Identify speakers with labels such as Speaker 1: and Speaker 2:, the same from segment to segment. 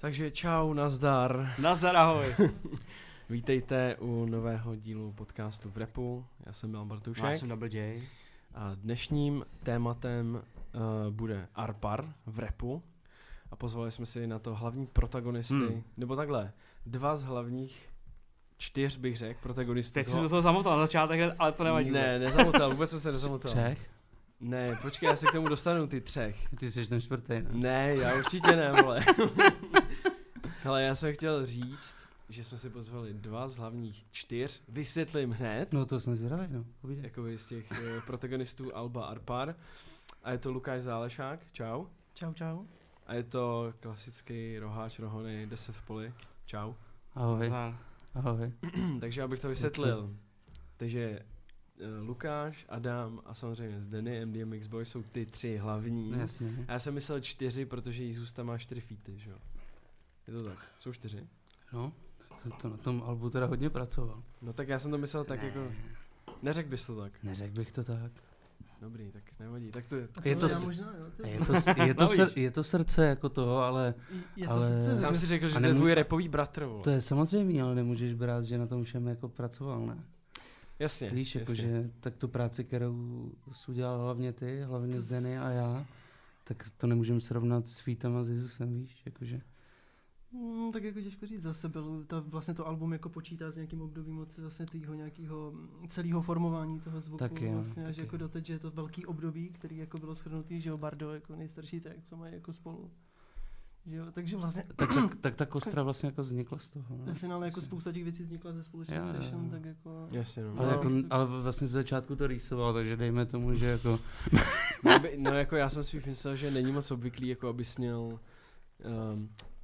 Speaker 1: Takže čau, nazdar.
Speaker 2: Nazdar, ahoj.
Speaker 1: Vítejte u nového dílu podcastu v repu. Já jsem Milan Bartušek.
Speaker 2: No, Já jsem Double J.
Speaker 1: A dnešním tématem uh, bude Arpar v repu. A pozvali jsme si na to hlavní protagonisty,
Speaker 2: Hmm.
Speaker 1: nebo takhle, dva z hlavních čtyř bych řekl, protagonistů.
Speaker 2: Teď jsi
Speaker 1: toho-
Speaker 2: do toho zamotal na začátek, hned, ale to nevadí
Speaker 1: Jako- Ne,
Speaker 2: vůbec.
Speaker 1: nezamotal, vůbec jsem se nezamotal.
Speaker 3: Třech?
Speaker 1: Ne, počkej, já se k tomu dostanu, ty třech.
Speaker 3: Ty jsi ten čtvrtý, ne?
Speaker 1: Ne, já určitě ne, vole. Hele, já jsem chtěl říct, že jsme si pozvali dva z hlavních čtyř, vysvětlím hned,
Speaker 3: No to jsem zvědavý, no. Povídej.
Speaker 1: jakoby z těch eh, protagonistů Alba Arpar. A je to Lukáš Zálešák, čau.
Speaker 4: Čau, čau.
Speaker 1: A je to klasický roháč rohony 10 v poli, čau.
Speaker 3: Ahoj,
Speaker 2: Nazdar.
Speaker 3: ahoj.
Speaker 1: Takže abych to vysvětlil. Takže eh, Lukáš, Adam a samozřejmě Zdeny, MDMX Boy jsou ty tři hlavní.
Speaker 3: No, jasně.
Speaker 1: A já jsem myslel čtyři, protože Jizusta má čtyři feety, že jo? Je to tak, jsou čtyři.
Speaker 3: No, to, to na tom albu teda hodně pracoval.
Speaker 1: No tak já jsem to myslel tak
Speaker 3: ne,
Speaker 1: jako, neřekl bys to tak.
Speaker 3: Neřekl bych to tak.
Speaker 1: Dobrý, tak nevadí, tak to je.
Speaker 3: Je to
Speaker 4: možná,
Speaker 3: s-
Speaker 4: možná, jo, to
Speaker 3: A
Speaker 4: je,
Speaker 3: Je to, s- je, to
Speaker 2: No,
Speaker 3: sr,
Speaker 2: víš.
Speaker 3: je to srdce jako toho, ale
Speaker 4: je to
Speaker 3: ale-
Speaker 4: sice
Speaker 1: Sám
Speaker 4: zr-
Speaker 1: si řekl, že
Speaker 3: A
Speaker 1: to je
Speaker 3: nemů-
Speaker 1: tvůj repový bratr, vole.
Speaker 3: to je samozřejmé, ale nemůžeš brát, že na tom všem jako pracoval, ne?
Speaker 1: Jasně,
Speaker 3: Víš, jako
Speaker 1: jasně.
Speaker 3: jakože tak tu práci, kterou jsi udělal hlavně ty, hlavně s Denny a já, tak to nemůžeme srovnat s Fítama s Jezusem, víš, jakože.
Speaker 4: Mm, tak jako těžko říct, zase bylo, ta, vlastně to album jako počítá s nějakým obdobím od vlastně tvýho nějakého celého formování toho zvuku.
Speaker 3: Tak jo,
Speaker 4: vlastně,
Speaker 3: tak
Speaker 4: až
Speaker 3: jo.
Speaker 4: jako doteď, že je to velký období, který jako bylo shrnutý, že jo, Bardo jako nejstarší track, co mají jako spolu. Že jo, takže vlastně
Speaker 3: Tak, tak, tak ta kostra vlastně jako vznikla z toho,
Speaker 4: ve
Speaker 3: ne?
Speaker 4: finále jako spousta těch věcí vznikla ze společných
Speaker 3: Jo, jo,
Speaker 4: session,
Speaker 3: jo.
Speaker 4: tak jako...
Speaker 1: Jasně, no.
Speaker 3: Ale,
Speaker 1: no,
Speaker 3: jako, ale vlastně z začátku to rýsoval, takže dejme tomu, že jako
Speaker 1: no, by, no, jako já jsem si myslel, že není moc obvyklý, jako abys měl um,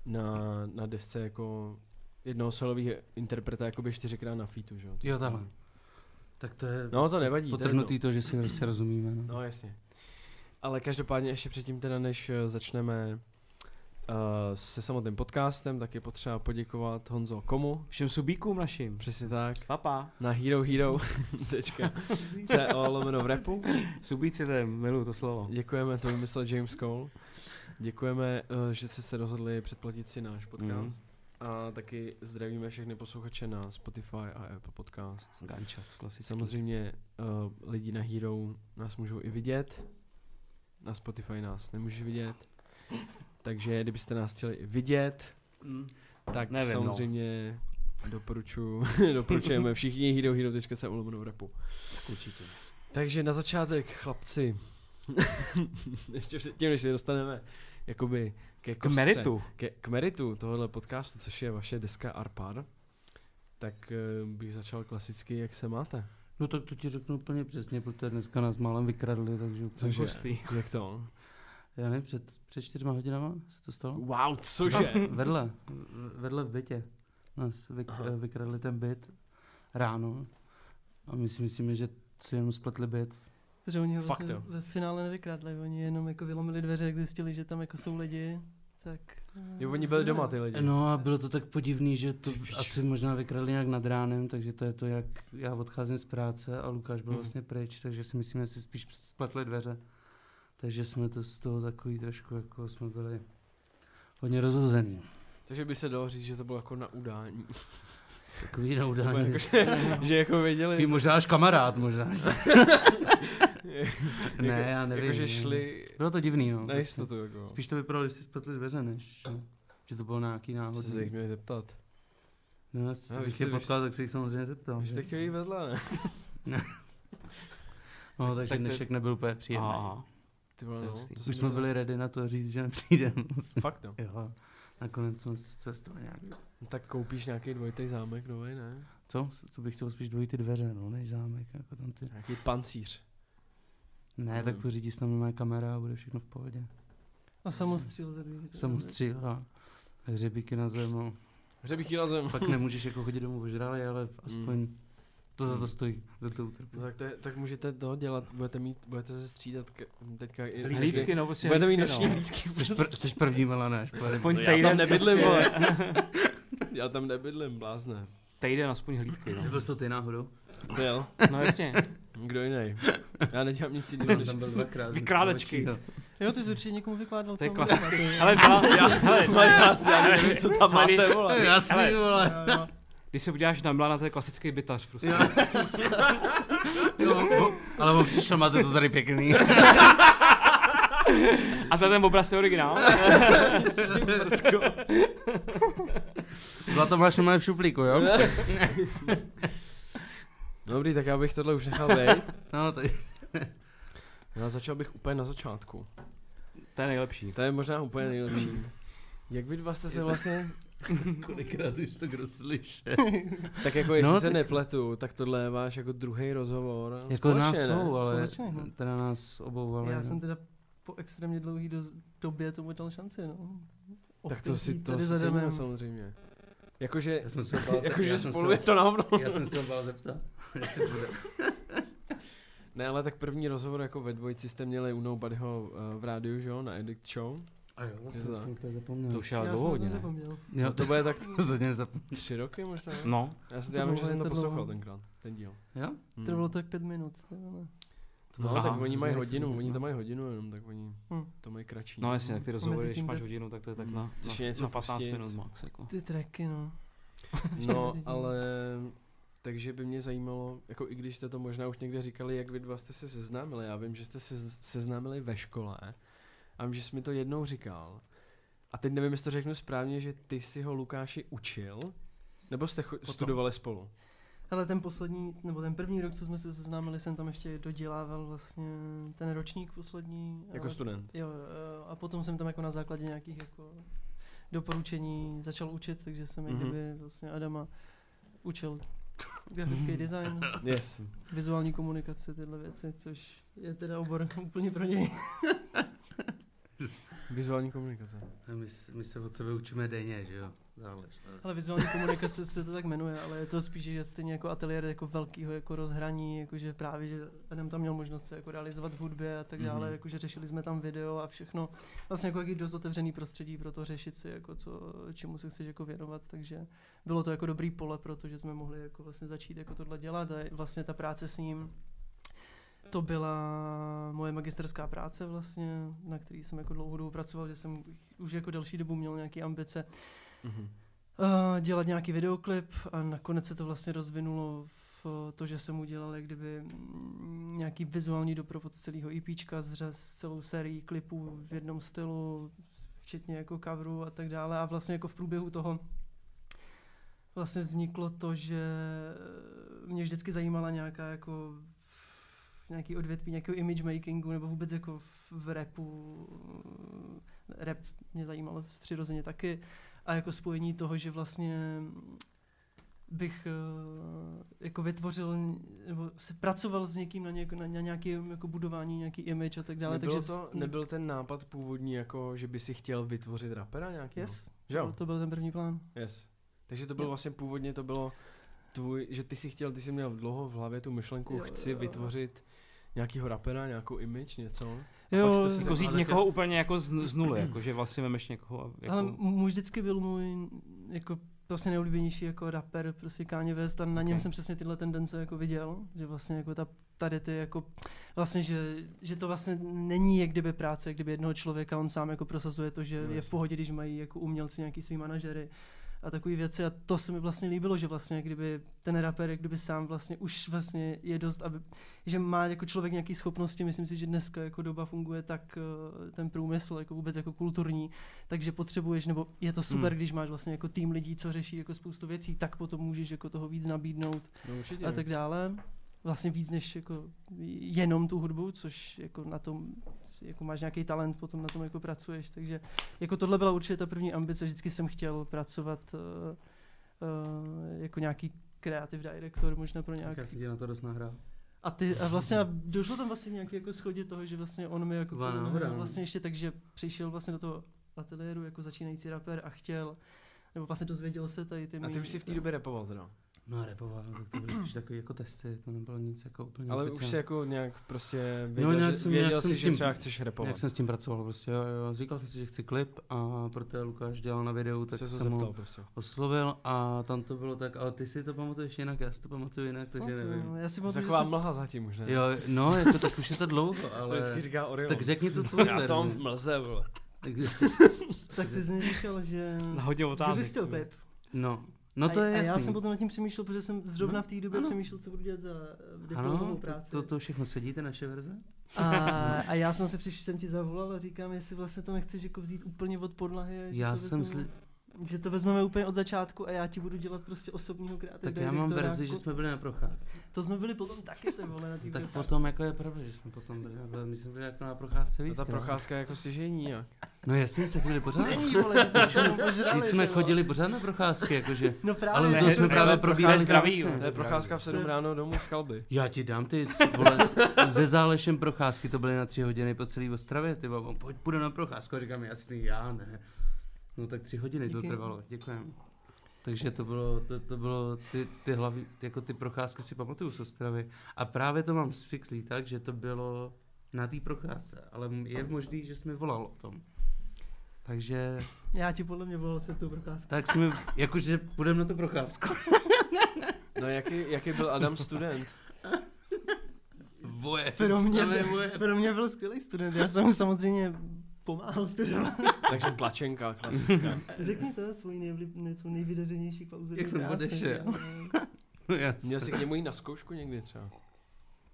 Speaker 1: na, na desce jako jednoho solových interpreta jakoby čtyřikrát na featu, že jo? To
Speaker 3: Jo,
Speaker 1: se-
Speaker 3: takhle. Tak to je prostě
Speaker 1: No, to nevadí, to je
Speaker 3: potrhnutý to, že si prostě rozumíme. No.
Speaker 1: No jasně. Ale každopádně ještě předtím teda, než eh, začneme eh, se samotným podcastem, tak je potřeba poděkovat Honzo komu?
Speaker 2: Všem subíkům našim.
Speaker 1: Přesně tak.
Speaker 2: Papa.
Speaker 1: Na herohero.co lomeno v repu.
Speaker 2: Subíci, to je, miluju to slovo.
Speaker 1: Děkujeme, to vymyslel James Cole. Děkujeme, eh, že jste se rozhodli předplatit si náš podcast. A taky zdravíme všechny posluchače na Spotify a Apple Podcast.
Speaker 2: Gančac, klasický.
Speaker 1: Samozřejmě uh, lidi na Hero nás můžou i vidět, na Spotify nás nemůže vidět, takže kdybyste nás chtěli i vidět,
Speaker 2: Mm.
Speaker 1: tak
Speaker 2: Nevím, no.
Speaker 1: samozřejmě doporučuju, doporučujeme všichni herohero.se ulomeno repu.
Speaker 2: Tak určitě.
Speaker 1: Takže na začátek, chlapci, ještě předtím, než se dostaneme jakoby ke
Speaker 2: K
Speaker 1: kostře,
Speaker 2: meritu.
Speaker 1: Ke, k meritu tohohle podcastu, což je vaše deska Arpad, tak eh, bych začal klasicky, jak se máte.
Speaker 3: no tak to ti řeknu úplně přesně, protože dneska nás málem vykradli, takže úplně.
Speaker 1: Cože?
Speaker 2: Hustý.
Speaker 1: Jak to?
Speaker 3: Já nevím, před, před čtyřma hodinama se to stalo?
Speaker 1: Wow,
Speaker 2: No.
Speaker 1: cože?
Speaker 3: Vedle, vedle v bytě nás vyk,
Speaker 1: Aha.
Speaker 3: eh, vykradli ten byt ráno a my si myslíme, že si jenom spletli byt.
Speaker 4: Že oni ho
Speaker 1: Fakt
Speaker 4: vlastně
Speaker 1: jo.
Speaker 4: ve finále nevykradli, oni jenom jako vylomili dveře, jak zjistili, že tam jako jsou lidi, tak...
Speaker 1: Jo, oni byli doma ty lidi.
Speaker 3: No a bylo to tak podivný, že to
Speaker 1: Ty víš.
Speaker 3: asi možná vykradli nějak nad ránem, takže to je to, jak já odcházím z práce a Lukáš byl
Speaker 1: Mhm.
Speaker 3: vlastně pryč, takže si myslím, že si spíš spletli dveře. Takže jsme to z toho takový trošku, jako jsme byli hodně rozhozený.
Speaker 1: Takže by se dalo říct, že to bylo jako na udání.
Speaker 3: Takový na udání.
Speaker 1: Jako, že, že jako věděli,
Speaker 3: Takový možná až kamarád možná. ne, já nevím.
Speaker 1: jako, že šli
Speaker 3: Bylo to divný, no.
Speaker 1: na
Speaker 3: prostě.
Speaker 1: jistotu. Jako.
Speaker 3: Spíš to vypadalo, že si spletli dveře, než že to bylo nějaký
Speaker 1: Co se jich
Speaker 3: náhodný.
Speaker 1: měli zeptat.
Speaker 3: No, jestli
Speaker 1: No, vy
Speaker 3: bych
Speaker 1: jste-
Speaker 3: je
Speaker 1: vy
Speaker 3: potkal, tak se jich samozřejmě zeptal.
Speaker 1: Vy jste
Speaker 3: že?
Speaker 1: chtěli jít vedle, ne?
Speaker 3: No, takže
Speaker 2: tak to-
Speaker 3: dnešek nebyl úplně příjemný.
Speaker 2: Aha.
Speaker 1: Ty vole,
Speaker 2: To je
Speaker 1: no.
Speaker 2: hustý.
Speaker 1: to jsem
Speaker 3: Už jsme
Speaker 1: myslel.
Speaker 3: byli ready na to říct, že nepřijdeme.
Speaker 1: Fakt no.
Speaker 3: jo. Nakonec jsme se z toho nějak...
Speaker 1: No Tak koupíš nějaký dvojitý zámek nový, ne?
Speaker 3: Co? Co bych chtěl spíš dvojit ty dveře, no, než zámek, jako tam ty...
Speaker 1: Nějaký pancíř.
Speaker 3: Ne, tak
Speaker 1: Hmm.
Speaker 3: pořídí se tam má kamera a bude všechno v pohodě.
Speaker 4: A samostříl tady. že to-
Speaker 3: Samostříl a hřebíky na zem, no.
Speaker 1: Hřebíky na zem.
Speaker 3: Pak nemůžeš jako chodit domů ožralý, ale aspoň to za to stojí, za to utrpí.
Speaker 1: No tak, to, je- tak můžete toho dělat, budete mít, budete se střídat ke, teďka i...
Speaker 2: Hlídky, no prostě.
Speaker 1: Budete mít
Speaker 2: hlídky,
Speaker 1: noční
Speaker 2: no.
Speaker 1: hlídky. prostě.
Speaker 3: Jsi, pr- jsi první Milane, až pojedeme.
Speaker 2: Aspoň
Speaker 1: No já
Speaker 2: týden
Speaker 1: tam nebydlím,
Speaker 2: prostě.
Speaker 1: Já tam nebydlím, blázne.
Speaker 2: Týden aspoň hlídky, no.
Speaker 3: Nebyl jsi to ty náhodou?
Speaker 1: To Jo,
Speaker 2: No jasně.
Speaker 1: kdo jiný? Já nedělám nic jiného, než
Speaker 3: byl dvakrát.
Speaker 2: Vykrádečky.
Speaker 3: No,
Speaker 4: Jo, ty jsi určitě někomu vykládal,
Speaker 2: To je
Speaker 4: co
Speaker 2: klasické. Hele,
Speaker 4: mám dělat.
Speaker 2: byla, já, hele,
Speaker 1: Mají vás, já nevím, co tam
Speaker 2: Ale-
Speaker 1: máte, vole.
Speaker 3: Jasný, vole.
Speaker 4: Jo, jo.
Speaker 2: Když se podíváš na Mlana, to je klasický bytař prostě.
Speaker 3: Jo. jo, bo, ale on přišel, máte to tady pěkný.
Speaker 2: A to ten obraz je
Speaker 3: No.
Speaker 2: originál.
Speaker 3: Zlato máš normálně v šuplíku, jo?
Speaker 1: No Dobrý, tak já bych tohle už nechal být.
Speaker 3: No, tady.
Speaker 1: Já No začal bych úplně na začátku.
Speaker 2: to je nejlepší.
Speaker 1: To je možná úplně nejlepší. Jak vy dva jste se vlastně,
Speaker 3: Kolikrát už to kdo slyšel.
Speaker 1: tak jako jestli
Speaker 3: No,
Speaker 1: se
Speaker 3: tak-
Speaker 1: nepletu, tak tohle je váš jako druhý rozhovor.
Speaker 3: Jako nás
Speaker 1: Společně, ne?
Speaker 3: jsou, ale
Speaker 4: Společně, no.
Speaker 3: teda nás no. obou, ale
Speaker 4: Já jsem teda po extrémně dlouhý doz- době tomu dal šanci, no.
Speaker 1: Tak to si to
Speaker 4: Tady
Speaker 1: si
Speaker 4: za
Speaker 1: ceníme
Speaker 4: Remem.
Speaker 1: samozřejmě. Jakože,
Speaker 3: Já jsem se bál,
Speaker 1: jakože
Speaker 3: já jsem
Speaker 1: spolu
Speaker 3: se-
Speaker 1: je to na hovno.
Speaker 3: Já jsem se obal zeptat, jestli bude.
Speaker 1: Ne, ale tak první rozhovor jako ve dvojici jste měli u Nobodyho uh, v rádiu, že jo, na Addict Show.
Speaker 3: A jo,
Speaker 1: Je to
Speaker 3: jsem
Speaker 1: tak.
Speaker 3: jsem úplně zapomněl.
Speaker 2: To už je ale
Speaker 4: Hm. Já
Speaker 2: dlouho
Speaker 4: jsem to
Speaker 2: hodně, ne?
Speaker 4: nezapomněl.
Speaker 1: No,
Speaker 3: Jo,
Speaker 1: to
Speaker 3: to
Speaker 1: bude tak
Speaker 3: rozhodně zapomněl.
Speaker 1: tři roky možná. ne?
Speaker 2: No,
Speaker 1: Já, si,
Speaker 4: To
Speaker 1: já vím,
Speaker 4: bylo
Speaker 1: že jsem to
Speaker 4: tak
Speaker 1: poslouchal
Speaker 4: dlouho.
Speaker 1: tenkrát, ten díl.
Speaker 3: Jo?
Speaker 1: Hmm.
Speaker 4: Trvalo to tak pět minut. to jo, no.
Speaker 1: No,
Speaker 2: Aha,
Speaker 1: tak oni
Speaker 3: to
Speaker 1: mají
Speaker 3: jsme
Speaker 1: hodinu,
Speaker 3: nechali,
Speaker 1: oni
Speaker 3: no. Hmm.
Speaker 1: tam mají hodinu jenom, tak oni
Speaker 4: Hm.
Speaker 1: to mají kratší.
Speaker 2: no jasně, tak ty rozhovory, když
Speaker 4: tím
Speaker 2: máš
Speaker 4: jde-
Speaker 2: hodinu, tak to je tak
Speaker 1: Mm.
Speaker 2: na,
Speaker 1: Což je
Speaker 2: na,
Speaker 1: něco
Speaker 2: na 15
Speaker 1: pustit.
Speaker 2: minut max. Jako.
Speaker 4: Ty tracky, no.
Speaker 1: No,
Speaker 4: mezi tím.
Speaker 1: ale takže by mě zajímalo, jako i když jste to možná už někde říkali, jak vy dva jste se seznámili. Já vím, že jste se seznámili ve škole a vím, že jsi mi to jednou říkal. A teď nevím, jestli to řeknu správně, že ty si ho Lukáši učil, nebo jste cho- studovali spolu?
Speaker 4: Ale ten poslední, nebo ten první rok, co jsme se seznámili, jsem tam ještě dodělával vlastně ten ročník poslední.
Speaker 1: Jako
Speaker 4: ale-
Speaker 1: student.
Speaker 4: Jo, eh, a potom jsem tam jako na základě nějakých jako doporučení začal učit, takže jsem
Speaker 1: Mhm.
Speaker 4: mm-hmm. kdyby vlastně Adama učil grafický design,
Speaker 1: Yes.
Speaker 4: vizuální komunikace, tyhle věci, což je teda obor úplně pro něj.
Speaker 1: Vizuální komunikace.
Speaker 3: A My, s- my se od sebe učíme denně, že jo? Zálež. ale-
Speaker 4: Ale vizuální komunikace se to tak jmenuje, ale je to spíš, že stejně jako ateliér jako velkýho jako rozhraní, jakože právě, že Adam tam měl možnost se jako realizovat v hudbě a tak dále,
Speaker 1: Mhm.
Speaker 4: mm-hmm. jakože řešili jsme tam video a všechno. Vlastně jako jaký dost otevřený prostředí pro to řešit si, jako co, čemu se chceš jako věnovat, takže bylo to jako dobrý pole, protože jsme mohli jako vlastně začít jako tohle dělat a vlastně ta práce s ním to byla moje magisterská práce vlastně, na který jsem jako dlouhou dobu pracoval, že jsem už jako delší dobu měl nějaké ambice
Speaker 1: Mhm.
Speaker 4: a Eh, dělat nějaký videoklip a nakonec se to vlastně rozvinulo v to, že jsem udělal jak kdyby mm, nějaký vizuální doprovod celého EPčka s, ře- s celou sérií klipů v jednom stylu, včetně jako coveru a tak dále a vlastně jako v průběhu toho vlastně vzniklo to, že mě vždycky zajímala nějaká jako nějaký odvětví nějakého image makingu nebo vůbec jako v, v rapu. Rap mě zajímalo přirozeně taky a jako spojení toho, že vlastně bych eh, jako vytvořil, nebo se pracoval s někým na, něk, na, na nějakém jako budování, nějaký image a tak
Speaker 1: Dále,
Speaker 4: dále.
Speaker 1: nebyl,
Speaker 4: takže
Speaker 1: to,
Speaker 4: vz-
Speaker 1: nebyl ten nápad původní, jako že by si chtěl vytvořit rapera nějaký?
Speaker 4: Yes,
Speaker 1: No, Že jo?
Speaker 4: to byl ten první plán.
Speaker 1: Yes. Takže to bylo
Speaker 4: Jo.
Speaker 1: vlastně původně, to bylo tvůj, že ty si chtěl, ty jsi měl dlouho v hlavě tu myšlenku,
Speaker 4: Jo,
Speaker 1: chci
Speaker 4: jo, jo.
Speaker 1: vytvořit nějakýho rapera, nějakou image, něco.
Speaker 4: Jo,
Speaker 1: pak jste si
Speaker 2: Jako
Speaker 1: Ale
Speaker 2: říct
Speaker 1: tak-
Speaker 2: někoho úplně jako z, z nuly, jako, že vlastně vemeš někoho a
Speaker 4: Ale
Speaker 2: jako,
Speaker 4: můj vždycky byl můj jako vlastně nejoblíbenější jako rapper, prostě Kanye West a na něm
Speaker 2: Ok.
Speaker 4: jsem přesně tyhle tendence jako viděl, že vlastně jako ta, tady ty jako vlastně, že, že to vlastně není jak kdyby práce, jak kdyby jednoho člověka, on sám jako prosazuje to, že
Speaker 1: No,
Speaker 4: je v
Speaker 1: jasně.
Speaker 4: pohodě, když mají jako umělci nějaký svý manažery a takové věci a to se mi vlastně líbilo, že vlastně jak kdyby ten rapper jak kdyby sám vlastně už vlastně je dost, aby, že má jako člověk nějaké schopnosti, myslím si, že dneska jako doba funguje tak eh, ten průmysl jako vůbec jako kulturní, takže potřebuješ, nebo je to super,
Speaker 2: Hmm.
Speaker 4: hmm. když máš vlastně jako tým lidí, co řeší jako spoustu věcí, tak potom můžeš jako toho víc nabídnout
Speaker 1: No určitě.
Speaker 4: a tak dále. Vlastně víc než jako jenom tu hudbu, což jako na tom, jako máš nějaký talent, potom na tom jako pracuješ, takže jako tohle byla určitě ta první ambice, vždycky jsem chtěl pracovat uh, uh, jako nějaký kreativ director možná pro
Speaker 3: Tak
Speaker 4: nějaký
Speaker 3: já jsem ti na to dost nahrál.
Speaker 4: a ty a vlastně a došlo tam vlastně nějaký jako schodě toho, že vlastně on mi jako
Speaker 3: Dva
Speaker 4: podle mě
Speaker 3: náhoda, no.
Speaker 4: vlastně ještě tak, že přišel vlastně do toho ateliéru jako začínající rapper a chtěl, nebo vlastně dozvěděl se tady ty
Speaker 1: A
Speaker 4: mý-
Speaker 1: ty už si v té době repoval teda.
Speaker 3: No a repová, no, tak to byly spíš takový jako testy, to nebylo nic jako úplně
Speaker 1: Ale už
Speaker 3: oficiální.
Speaker 1: jsi jako nějak prostě věděl, no,
Speaker 3: nějak
Speaker 1: že,
Speaker 3: jsem-
Speaker 1: věděl
Speaker 3: nějak
Speaker 1: jsi,
Speaker 3: jsem s
Speaker 1: že
Speaker 3: tím-
Speaker 1: třeba chceš repovat.
Speaker 3: Jak jsem s tím pracoval prostě, jo, jo. říkal jsem si, že chci klip a protože Lukáš dělal na videu, tak
Speaker 1: se
Speaker 3: jsem
Speaker 1: zeptal
Speaker 3: ho
Speaker 1: prostě.
Speaker 3: oslovil a tam to bylo tak, ale ty si to pamatuješ jinak, já si to pamatuju jinak, takže
Speaker 4: No, to-
Speaker 3: nevím.
Speaker 4: Já si pamatuju, že
Speaker 1: Taková
Speaker 4: jsem,
Speaker 1: mlha zatím už, ne?
Speaker 3: Jo, no, je to, tak už je to dlouho,
Speaker 1: ale...
Speaker 3: ale...
Speaker 1: Vždycky říká Orion.
Speaker 3: Tak řekni tu tvoji verzi.
Speaker 1: mlze, bro.
Speaker 3: Tak-
Speaker 4: tak ty jsi mi říkal, že...
Speaker 2: Nahodil
Speaker 4: Že
Speaker 2: otázek. jako.
Speaker 4: jsi chtěl pep.
Speaker 3: No, no to
Speaker 4: a,
Speaker 3: je
Speaker 4: a já
Speaker 3: jasný.
Speaker 4: jsem potom nad tím přemýšlel, protože jsem zrovna v té době
Speaker 3: ano.
Speaker 4: přemýšlel, co budu dělat za eh, diplomovou
Speaker 3: Ano,
Speaker 4: práci.
Speaker 3: to, to všechno sedí, ty naše verze?
Speaker 4: A, a já jsem se přišel, jsem ti zavolal a říkám, jestli vlastně to nechceš jako vzít úplně od podlahy. a že
Speaker 3: Já
Speaker 4: to
Speaker 3: jsem,
Speaker 4: vezmeme-
Speaker 3: sli...
Speaker 4: Že to vezmeme úplně od začátku a já ti budu dělat prostě osobního kreativního
Speaker 3: tak já mám
Speaker 4: direktora
Speaker 3: verzi,
Speaker 4: jako-
Speaker 3: že jsme byli na procházce.
Speaker 4: To jsme byli potom taky, ty vole, na té
Speaker 3: Tak
Speaker 4: procházce.
Speaker 3: potom jako je pravda, že jsme potom byli, na- my jsme byli jako na procházce víc.
Speaker 1: Ta procházka je jako stěžejní nějak.
Speaker 3: No jasně, se chodili pořád.
Speaker 4: Není, vole, to jsme jenom požrali,
Speaker 3: Teď jsme
Speaker 4: ty vole.
Speaker 3: chodili pořád na procházky, jakože.
Speaker 4: No právě,
Speaker 3: Ale
Speaker 2: ne,
Speaker 3: to
Speaker 2: ne,
Speaker 3: jsme
Speaker 2: ne,
Speaker 3: právě
Speaker 2: ne,
Speaker 3: probírali
Speaker 2: procházka zdraví,
Speaker 3: zdravce.
Speaker 2: jo,
Speaker 1: To je procházka v 7 ráno domů z kalby.
Speaker 3: Já ti dám ty, vole, ze zálešem procházky, to byly na tři hodiny po celé Ostravě, ty babo, pojď, půjdu na procházku, a říkám, jasný, já ne. No tak tři hodiny to
Speaker 4: Díky.
Speaker 3: trvalo, děkujem. Takže to bylo, to, to bylo ty, ty hlavní, ty, jako ty procházky si pamatuju z Ostravy. A právě to mám sfixlý tak, že to bylo na té procházce, ale m- je možný, že jsme volal o tom. Takže
Speaker 4: Já ti podle mě volal před tou procházkou.
Speaker 3: tak jsme, jakože půjdeme na tu procházku.
Speaker 1: No jaký, jaký byl Adam student?
Speaker 3: Voje,
Speaker 4: Pro mě,
Speaker 3: samé voje.
Speaker 4: pro mě byl skvělý student, já jsem mu samozřejmě pomáhal studovat.
Speaker 1: Takže tlačenka klasická.
Speaker 4: Řekni to, svůj nejvlib, ne, svůj nejvydařenější klauzurní
Speaker 3: Jak jsem
Speaker 4: práci,
Speaker 3: odešel.
Speaker 4: no.
Speaker 3: No, jasně.
Speaker 1: Měl jsi k němu jít na zkoušku někdy třeba?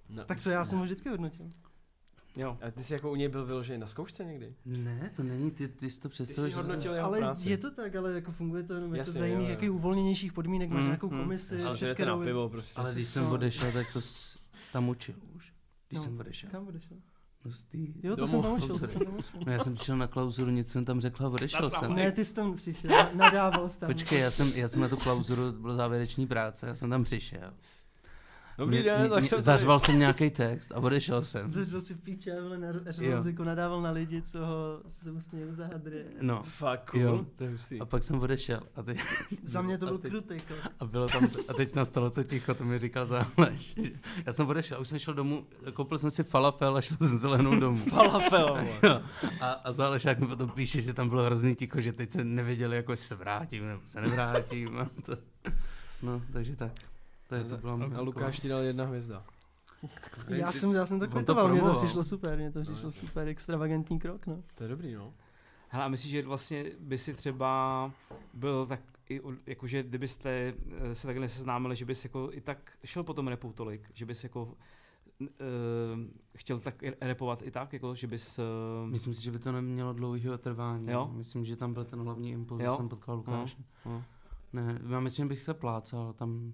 Speaker 1: Na,
Speaker 4: Tak to já jsem ho vždycky hodnotil.
Speaker 2: Jo.
Speaker 1: A ty jsi jako u něj byl vyložený na zkoušce někdy?
Speaker 3: Ne, to není, ty, ty jsi to
Speaker 1: Ty jsi
Speaker 3: představuješ.
Speaker 1: hodnotil jeho
Speaker 4: Ale
Speaker 1: práci.
Speaker 4: je to tak, ale jako funguje to jenom jako
Speaker 1: Jasně,
Speaker 4: za
Speaker 1: jo,
Speaker 4: jiných,
Speaker 1: jo. Mm,
Speaker 4: jakých uvolněnějších podmínek, máš
Speaker 2: Mhm,
Speaker 4: nějakou
Speaker 2: mhm.
Speaker 4: komisi,
Speaker 1: ale že
Speaker 4: před
Speaker 1: jdete na
Speaker 4: kterou...
Speaker 1: pivo prostě.
Speaker 3: Ale když jsem
Speaker 4: No.
Speaker 3: odešel, tak to s, tam učil už. Když
Speaker 4: No.
Speaker 3: jsem odešel.
Speaker 4: Kam odešel?
Speaker 3: No, z tý...
Speaker 4: Jo, to
Speaker 1: Domů.
Speaker 4: jsem tam ušel, to jsem tam ušel.
Speaker 3: no, já jsem přišel na klauzuru, nic jsem tam řekl a odešel jsem.
Speaker 4: Ne, ty jsi tam přišel, na- nadával jsi tam.
Speaker 3: Počkej, já jsem, já jsem na tu klauzuru, to byla závěreční práce, já jsem tam přišel.
Speaker 1: Dobrý
Speaker 3: Mě-
Speaker 1: den,
Speaker 3: mě-
Speaker 1: tak
Speaker 3: mě-
Speaker 1: jsem
Speaker 3: Zařval jsem nějaký text a odešel jsem.
Speaker 4: Zařval si píče, vole, na-
Speaker 3: Jo.
Speaker 4: řval jako nadával na lidi, co ho se mu smějou za hadry.
Speaker 3: No.
Speaker 1: Fakt
Speaker 3: Jo.
Speaker 1: cool, to je hustý.
Speaker 3: A pak jsem odešel a, teď,
Speaker 4: Za mě to
Speaker 3: No, A
Speaker 4: byl
Speaker 3: ty-
Speaker 4: krutý krok.
Speaker 3: a, bylo tam, a teď nastalo to ticho, to mi říkal Záleš. Já jsem odešel, a už jsem šel domů, koupil jsem si falafel a šel jsem zelenou domů.
Speaker 1: Falafel, vole.
Speaker 3: Jo. A, a Zálešák mi potom píše, že tam bylo hrozný ticho, že teď se nevěděli, jako jestli se vrátím nebo se nevrátím. A to... No, takže tak. To je to bylo.
Speaker 1: A Lukáš ti dal jedna hvězda.
Speaker 4: Já jsem, já jsem to
Speaker 3: on to
Speaker 4: kvitoval, mě to
Speaker 3: promoval. No,
Speaker 4: přišlo super, mě to přišlo
Speaker 1: jasně.
Speaker 4: super, extravagantní krok, no.
Speaker 1: To je dobrý, no.
Speaker 2: Hele, a myslíš, že vlastně by si třeba byl tak, i, od- jakože kdybyste eh, se takhle neseznámili, že bys jako i tak šel po tom repu tolik, že bys jako uh, chtěl tak i repovat i tak, jako že bys... Uh,
Speaker 3: Myslím si, že by to nemělo dlouhého trvání.
Speaker 2: Jo?
Speaker 3: Myslím, že tam byl ten hlavní impuls,
Speaker 2: Jo?
Speaker 3: že jsem potkal Lukáše.
Speaker 2: jo.
Speaker 3: Ne, já myslím, že bych se plácal tam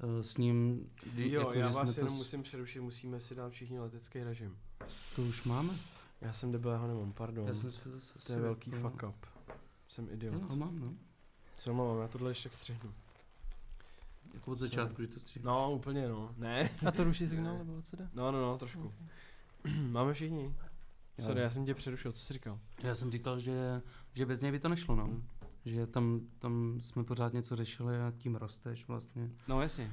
Speaker 3: eh, s ním. kdy-
Speaker 1: Jo,
Speaker 3: jako,
Speaker 1: já
Speaker 3: že
Speaker 1: vás
Speaker 3: jsme to,
Speaker 1: jenom
Speaker 3: s-
Speaker 1: musím přerušit, musíme si dát všichni letecký režim.
Speaker 3: To už máme.
Speaker 1: Já jsem debilého nemám, pardon.
Speaker 3: Já jsem se zase...
Speaker 1: To je velký fuck up. Jsem idiot.
Speaker 3: Jo, to mám, no.
Speaker 1: Co mám, já tohle ještě střihnu.
Speaker 3: Jako od
Speaker 1: Sorry.
Speaker 3: začátku, že to stříhám.
Speaker 1: No, úplně no. Ne.
Speaker 4: A to ruší signál, nebo co jde?
Speaker 1: No, no, no, trošku. Máme všichni. Sorry, já jsem tě přerušil, co jsi říkal?
Speaker 3: Já jsem říkal, že, že bez něj by to nešlo, no.
Speaker 2: Hmm.
Speaker 3: Že tam, tam jsme pořád něco řešili a tím rosteš vlastně.
Speaker 2: No jasně,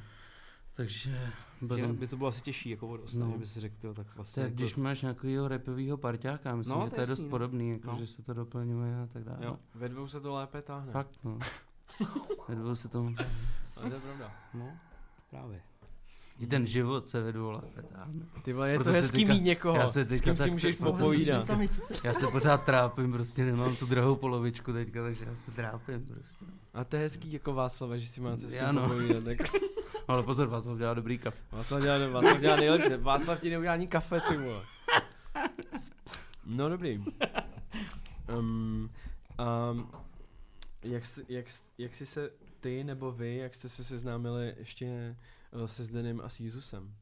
Speaker 3: Takže
Speaker 2: Že
Speaker 3: bylo,
Speaker 2: by to bylo asi těžší, jako od ostatní,
Speaker 3: No.
Speaker 2: že by si řekl, "Tyjo, tak vlastně...
Speaker 3: tak, když máš nějakého repového parťáka, myslím,
Speaker 2: No,
Speaker 3: že
Speaker 2: to
Speaker 3: jako- to je
Speaker 2: jasný,
Speaker 3: dost
Speaker 2: no.
Speaker 3: podobný, jako,
Speaker 2: No.
Speaker 3: že se to doplňuje a tak dále.
Speaker 1: Jo. Ve dvou se to lépe táhne.
Speaker 3: Fakt, no. Vedou se to...
Speaker 1: Ale to je pravda.
Speaker 2: No, právě.
Speaker 3: I ten život se vedou lépe. táhne.
Speaker 1: Ty vole, je
Speaker 3: Proto
Speaker 1: to
Speaker 3: se
Speaker 1: hezký
Speaker 3: teďka-
Speaker 1: mít někoho.
Speaker 3: já se
Speaker 1: s
Speaker 3: teďka
Speaker 1: kým si
Speaker 3: tak-
Speaker 1: můžeš
Speaker 3: no, to-
Speaker 1: popovídat.
Speaker 4: Sami čtyři.
Speaker 3: Já se pořád trápím, prostě nemám tu druhou polovičku teďka, takže já se trápím prostě.
Speaker 1: A to je hezký jako Václava, že si máte s
Speaker 3: Já
Speaker 1: kým
Speaker 3: no.
Speaker 1: popovídat. Tak
Speaker 3: Ale pozor, vás dělá dobrý kafe.
Speaker 1: Václav dělá, Václav dělá nejlepší. Václav ti neudělá ani kafe, ty vole. No dobrý. Um, um, jak, jsi- jak, jsi- jak jsi se ty nebo vy, jak jste se seznámili ještě eh, se Zdenem a Sízusem?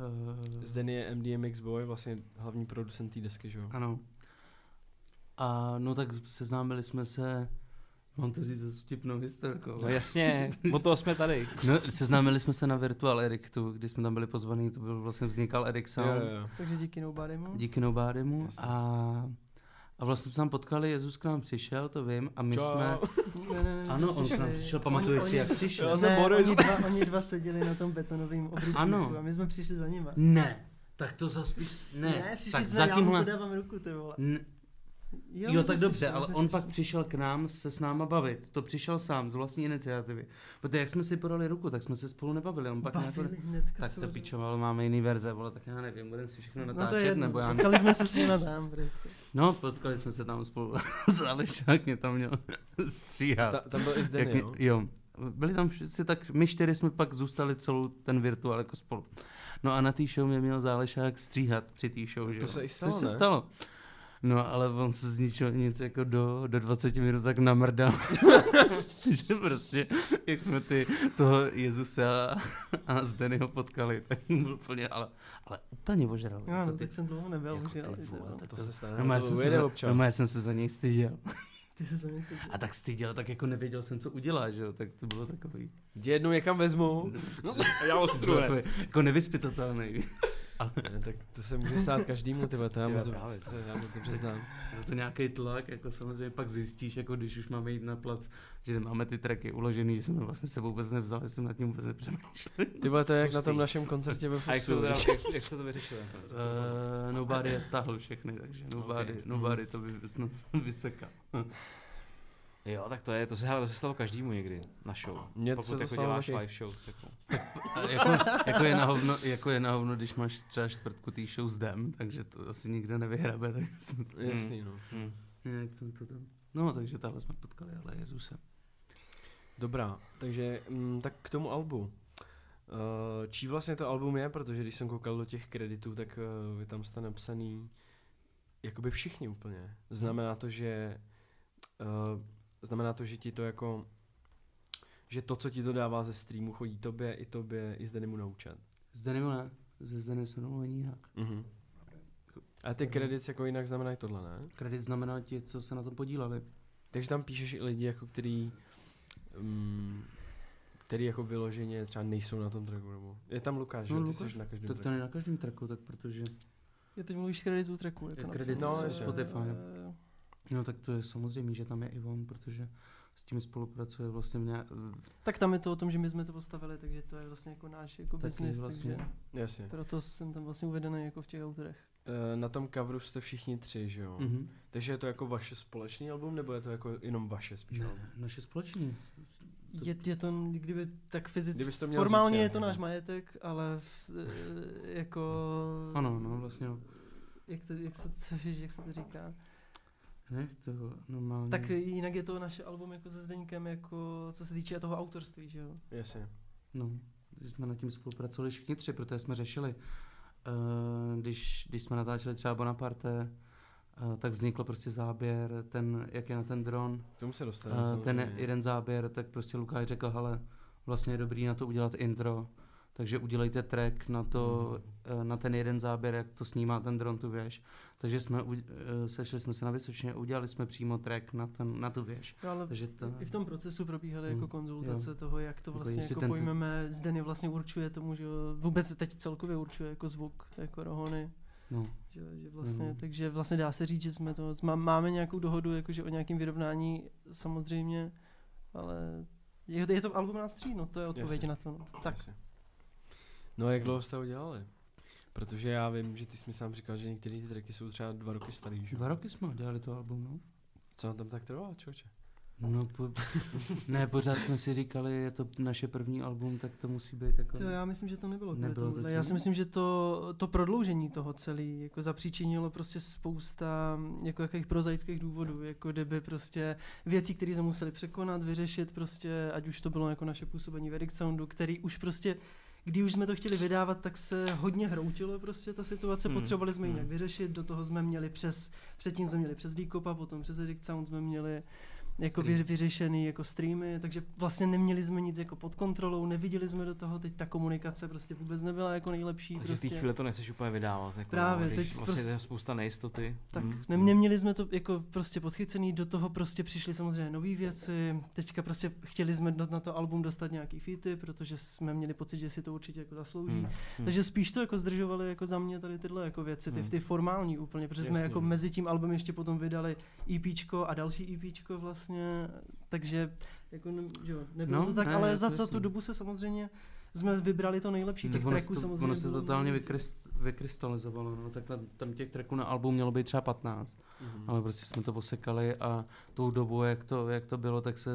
Speaker 3: Eh,
Speaker 1: Zden je MDMX Boy, vlastně hlavní producent té desky, že jo?
Speaker 3: Ano. A no tak seznámili jsme se, mám to říct se vtipnou historkou.
Speaker 2: No jasně, od toho jsme tady.
Speaker 3: No, seznámili jsme se na Virtual Erictu, kdy jsme tam byli pozvaní, to byl vlastně vznikal Eric Sound
Speaker 4: no,
Speaker 1: Jo, jo, jo.
Speaker 4: Takže díky nobodymu.
Speaker 3: díky Nobodymu
Speaker 1: Jasně.
Speaker 3: a, a A vlastně jsme tam potkali, Jezus k nám přišel, to vím, a my
Speaker 1: Čau.
Speaker 3: jsme...
Speaker 4: Ne, ne, ne,
Speaker 3: Ano,
Speaker 4: my jsme
Speaker 3: on k nám
Speaker 4: šli-
Speaker 3: přišel, pamatuješ
Speaker 4: oni-
Speaker 3: si, jak
Speaker 4: oni-
Speaker 3: přišel?
Speaker 1: Já
Speaker 4: Ne,
Speaker 1: jsem Boris.
Speaker 4: Oni dva, oni dva seděli na tom betonovém
Speaker 3: Ano.
Speaker 4: obrubníku a my jsme přišli za nima.
Speaker 3: Ne, tak to zas spíš... Ne,
Speaker 4: ne přišli
Speaker 3: tak
Speaker 4: jsme, já mu
Speaker 3: zatímhle...
Speaker 4: podávám ruku, ty vole.
Speaker 3: N-
Speaker 4: Jo, no, my
Speaker 3: jo,
Speaker 4: jsme
Speaker 3: tak dobře,
Speaker 4: přišli, my
Speaker 3: ale
Speaker 4: jsme
Speaker 3: on
Speaker 4: přišli.
Speaker 3: pak přišel k nám se s náma bavit. To přišel sám, z vlastní iniciativy. Protože jak jsme si podali ruku, tak jsme se spolu nebavili. On pak nějak...
Speaker 4: Bavili hnedka,
Speaker 3: Tak
Speaker 4: co
Speaker 3: to
Speaker 4: bylo.
Speaker 3: pičo, ale máme jiný verze, vole, tak já nevím, budeme si všechno
Speaker 4: No to je
Speaker 3: natáčet,
Speaker 4: jedno,
Speaker 3: nebo já ne...
Speaker 4: potkali jsme se s nima tam prostě.
Speaker 3: No, potkali jsme se tam spolu s Alešák, mě tam měl stříhat.
Speaker 1: Ta, tam byl i Zdeny,
Speaker 3: mě,
Speaker 1: no?
Speaker 3: jo. Byli tam všichni, tak my čtyři jsme pak zůstali celou ten virtuál jako spolu. No a na té show mě měl Zálešák stříhat při té show, že
Speaker 1: To
Speaker 3: jo?
Speaker 1: se i stalo,
Speaker 3: Což
Speaker 1: ne?
Speaker 3: se stalo. No ale on se z ničeho nic jako do, do 20 minut tak namrdal, že prostě, jak jsme ty toho Jezusa a, a Zdenyho potkali, tak byl úplně, ale, ale úplně ožral.
Speaker 4: Jo, no, tak jsem dlouho nebyl,
Speaker 3: jako
Speaker 4: už
Speaker 3: ty
Speaker 4: ale ty,
Speaker 3: vole,
Speaker 4: vole.
Speaker 3: tak
Speaker 1: To se stane,
Speaker 3: No, já
Speaker 1: to
Speaker 3: jsem, se
Speaker 1: ujede
Speaker 3: za,
Speaker 1: občas.
Speaker 3: no, já jsem se za něj styděl.
Speaker 4: ty se za mě seděl.
Speaker 3: A tak styděl, tak jako nevěděl jsem, co udělá, že jo, tak to bylo takový,
Speaker 1: Jdi jednou někam
Speaker 3: No.
Speaker 1: vezmu.
Speaker 2: A já
Speaker 3: to bylo takový jako nevyspytatelný.
Speaker 1: Ne, tak to se může stát každému, ty vole, to já
Speaker 2: Jo,
Speaker 1: moc,
Speaker 2: právě.
Speaker 1: to já moc dobře znám.
Speaker 3: Byl to nějaký tlak, jako samozřejmě pak zjistíš, jako když už máme jít na plac, že máme ty tracky uložený, že jsme vlastně s sebou vůbec nevzali, jsem nad tím vůbec nepřemýšlel.
Speaker 1: Ty vole, to je jak
Speaker 2: Hustý.
Speaker 1: na tom našem koncertě ve
Speaker 2: A jak se to,
Speaker 1: Fuxu.
Speaker 2: teda, jak, jak se to vyřešilo?
Speaker 3: Uh, nobody je stáhl všechny, takže nobody,
Speaker 2: Ok.
Speaker 3: okay. nobody to by snad vysekal.
Speaker 2: Jo, tak to je, to se, hele, to se stalo každému někdy na show.
Speaker 1: Mně
Speaker 2: Pokud
Speaker 1: se to
Speaker 2: jako
Speaker 1: stalo
Speaker 2: děláš
Speaker 1: taky.
Speaker 2: live shows. Jako.
Speaker 3: A jako, jako, je na hovno, jako je na hovno, když máš třeba čtvrtku tý show s dem, takže to asi nikde nevyhrabe, tak jsme to...
Speaker 1: Jasný, no.
Speaker 2: Hmm.
Speaker 3: Nějak jsme to tam... No, takže tahle jsme potkali, ale Jezuse.
Speaker 1: Dobrá, takže mm, tak k tomu albu. Eh, Čí vlastně to album je, protože když jsem koukal do těch kreditů, tak eh, je tam jste napsaný jakoby všichni úplně. Znamená to, že eh, znamená to, že ti to jako že to, co ti to dává ze streamu, chodí tobě, i tobě, i zde nemu naučat.
Speaker 3: Zde nebo ne? Ze zde nesunou ani jinak.
Speaker 1: Mhm. A ty kredit jako jinak znamenají tohle, ne?
Speaker 3: Kredit znamená ti, co se na tom podíleli.
Speaker 1: Takže tam píšeš i lidi, jako který, um, který jako vyloženě třeba nejsou na tom tracku, nebo je tam Lukáš, že?
Speaker 3: No,
Speaker 1: jo? ty
Speaker 3: Lukáš,
Speaker 1: jsi na každém
Speaker 3: Tak
Speaker 1: tracku.
Speaker 3: to není na každém tracku, tak protože...
Speaker 4: Jo, teď mluvíš kredit z útraku. Jako
Speaker 3: Je
Speaker 4: napsaný.
Speaker 3: kredit
Speaker 1: No, z
Speaker 3: Spotify.
Speaker 4: Eh,
Speaker 3: No tak to je samozřejmě, že tam je i on, protože s tím spolupracuje vlastně v nějak...
Speaker 4: Tak tam je to o tom, že my jsme to postavili, takže to je vlastně jako náš jako
Speaker 3: Taky
Speaker 4: business,
Speaker 3: vlastně.
Speaker 4: takže
Speaker 1: Jasně.
Speaker 4: proto jsem tam vlastně uvedený jako v těch autorech.
Speaker 1: Eh, Na tom coveru jste všichni tři, že jo?
Speaker 3: Mm-hmm.
Speaker 1: Takže je to jako vaše společný album, nebo je to jako jenom vaše spíš album?
Speaker 3: Ne, Eh, naše společný. To-
Speaker 4: Je, je to kdyby tak fyzicky,
Speaker 1: Kdybyste to měl
Speaker 4: formálně
Speaker 1: říct,
Speaker 4: je to
Speaker 3: jako-
Speaker 1: já,
Speaker 4: náš
Speaker 1: no.
Speaker 4: majetek, ale v, eh, jako...
Speaker 3: Ano, no vlastně jo.
Speaker 4: Jak, to, jak, se, to, jak se to říká?
Speaker 3: Ne, to normálně...
Speaker 4: Tak eh, jinak je to naše album jako se Zdeňkem, jako co se týče toho autorství, že jo?
Speaker 1: Jasně.
Speaker 3: No, že jsme nad tím spolupracovali všichni tři, protože jsme řešili, eh, když, když jsme natáčeli třeba Bonaparte, eh, tak vznikl prostě záběr, ten, jak je na ten dron,
Speaker 1: K tomu se
Speaker 3: Eh,
Speaker 1: dostaneme.
Speaker 3: ten
Speaker 1: samozřejmě.
Speaker 3: jeden záběr, tak prostě Lukáš řekl, hele, vlastně je dobrý na to udělat intro, takže udělejte track na, to, eh, na ten jeden záběr, jak to snímá ten dron, tu věž. Takže jsme, u- eh, sešli jsme se na Vysočině, udělali jsme přímo track na, ten, na tu věž.
Speaker 4: No, ale
Speaker 3: Takže to,
Speaker 4: I v tom procesu probíhaly
Speaker 3: Hmm,
Speaker 4: jako konzultace toho, jak to
Speaker 3: Jako
Speaker 4: vlastně
Speaker 3: jestli
Speaker 4: jako
Speaker 3: ten-
Speaker 4: pojmeme. Zdeny vlastně určuje tomu, že jo, vůbec teď celkově určuje jako zvuk, jako rohony.
Speaker 3: no,
Speaker 4: Že, že vlastně,
Speaker 3: Mhm.
Speaker 4: Takže vlastně dá se říct, že jsme to, má- máme nějakou dohodu jakože o nějakém vyrovnání samozřejmě, ale je, je to album nás tří, no to je odpověď
Speaker 1: Jasně.
Speaker 4: na to. No. Tak,
Speaker 1: Jasně. No a jak dlouho jste ho dělali? Protože já vím, že ty jsi mi sám říkal, že některé ty tracky jsou třeba dva roky starý, že? jo?
Speaker 3: dva roky jsme dělali to album, no.
Speaker 1: Co na tom tak trvalo, čoče?
Speaker 3: No, po, ne, pořád jsme si říkali, je to naše první album, tak to musí být jako...
Speaker 4: to já myslím, že to nebylo. kvůli
Speaker 3: Nebylo to
Speaker 4: tomuhle.
Speaker 3: tím?
Speaker 4: já si myslím, že to, to prodloužení toho celý jako zapříčinilo prostě spousta jako jakých prozaických důvodů, jako kdyby prostě věcí, které jsme museli překonat, vyřešit prostě, ať už to bylo jako naše působení v Eric Soundu, který už prostě kdy už jsme to chtěli vydávat, tak se hodně hroutilo prostě ta situace,
Speaker 2: Hmm.
Speaker 4: potřebovali jsme ji
Speaker 2: Hmm.
Speaker 4: nějak vyřešit, do toho jsme měli přes, předtím jsme měli přes Decopa, potom přes Edict Sound jsme měli jako
Speaker 3: Stream.
Speaker 4: vy, vyřešený jako streamy, takže vlastně neměli jsme nic jako pod kontrolou, neviděli jsme do toho, teď ta komunikace prostě vůbec nebyla jako nejlepší.
Speaker 2: Takže
Speaker 4: prostě.
Speaker 2: v té chvíli to nechceš úplně vydávat. Jako,
Speaker 4: Právě,
Speaker 2: když
Speaker 4: teď
Speaker 2: vlastně
Speaker 4: prost-
Speaker 2: je spousta nejistoty.
Speaker 4: Tak
Speaker 2: Mm.
Speaker 4: hmm. neměli jsme to jako prostě podchycený, do toho prostě přišly samozřejmě nové věci, teďka prostě chtěli jsme do- na to album dostat nějaký featy, protože jsme měli pocit, že si to určitě jako zaslouží.
Speaker 2: Mm.
Speaker 4: Hmm. Takže spíš to jako zdržovali jako za mě tady tyhle jako věci, ty,
Speaker 2: Hmm.
Speaker 4: ty formální úplně, protože jsme
Speaker 1: Jasně.
Speaker 4: jako mezi tím album ještě potom vydali EPčko a další EPčko vlastně, takže jako ne, že jo, nebylo
Speaker 3: No,
Speaker 4: to tak,
Speaker 3: ne,
Speaker 4: ale
Speaker 3: je to
Speaker 4: za, za tu
Speaker 3: jasný.
Speaker 4: dobu se samozřejmě jsme vybrali to nejlepší,
Speaker 3: Tak
Speaker 4: těch
Speaker 3: No, ono, se
Speaker 4: tracků
Speaker 3: to,
Speaker 4: samozřejmě
Speaker 3: ono se
Speaker 4: bylo
Speaker 3: totálně
Speaker 4: nejvíc.
Speaker 3: vykrist, vykrystalizovalo, no, takhle tam těch tracků na album mělo být třeba 15,
Speaker 1: Mhm.
Speaker 3: ale prostě jsme to posekali a tou dobu, jak to, jak to bylo, tak se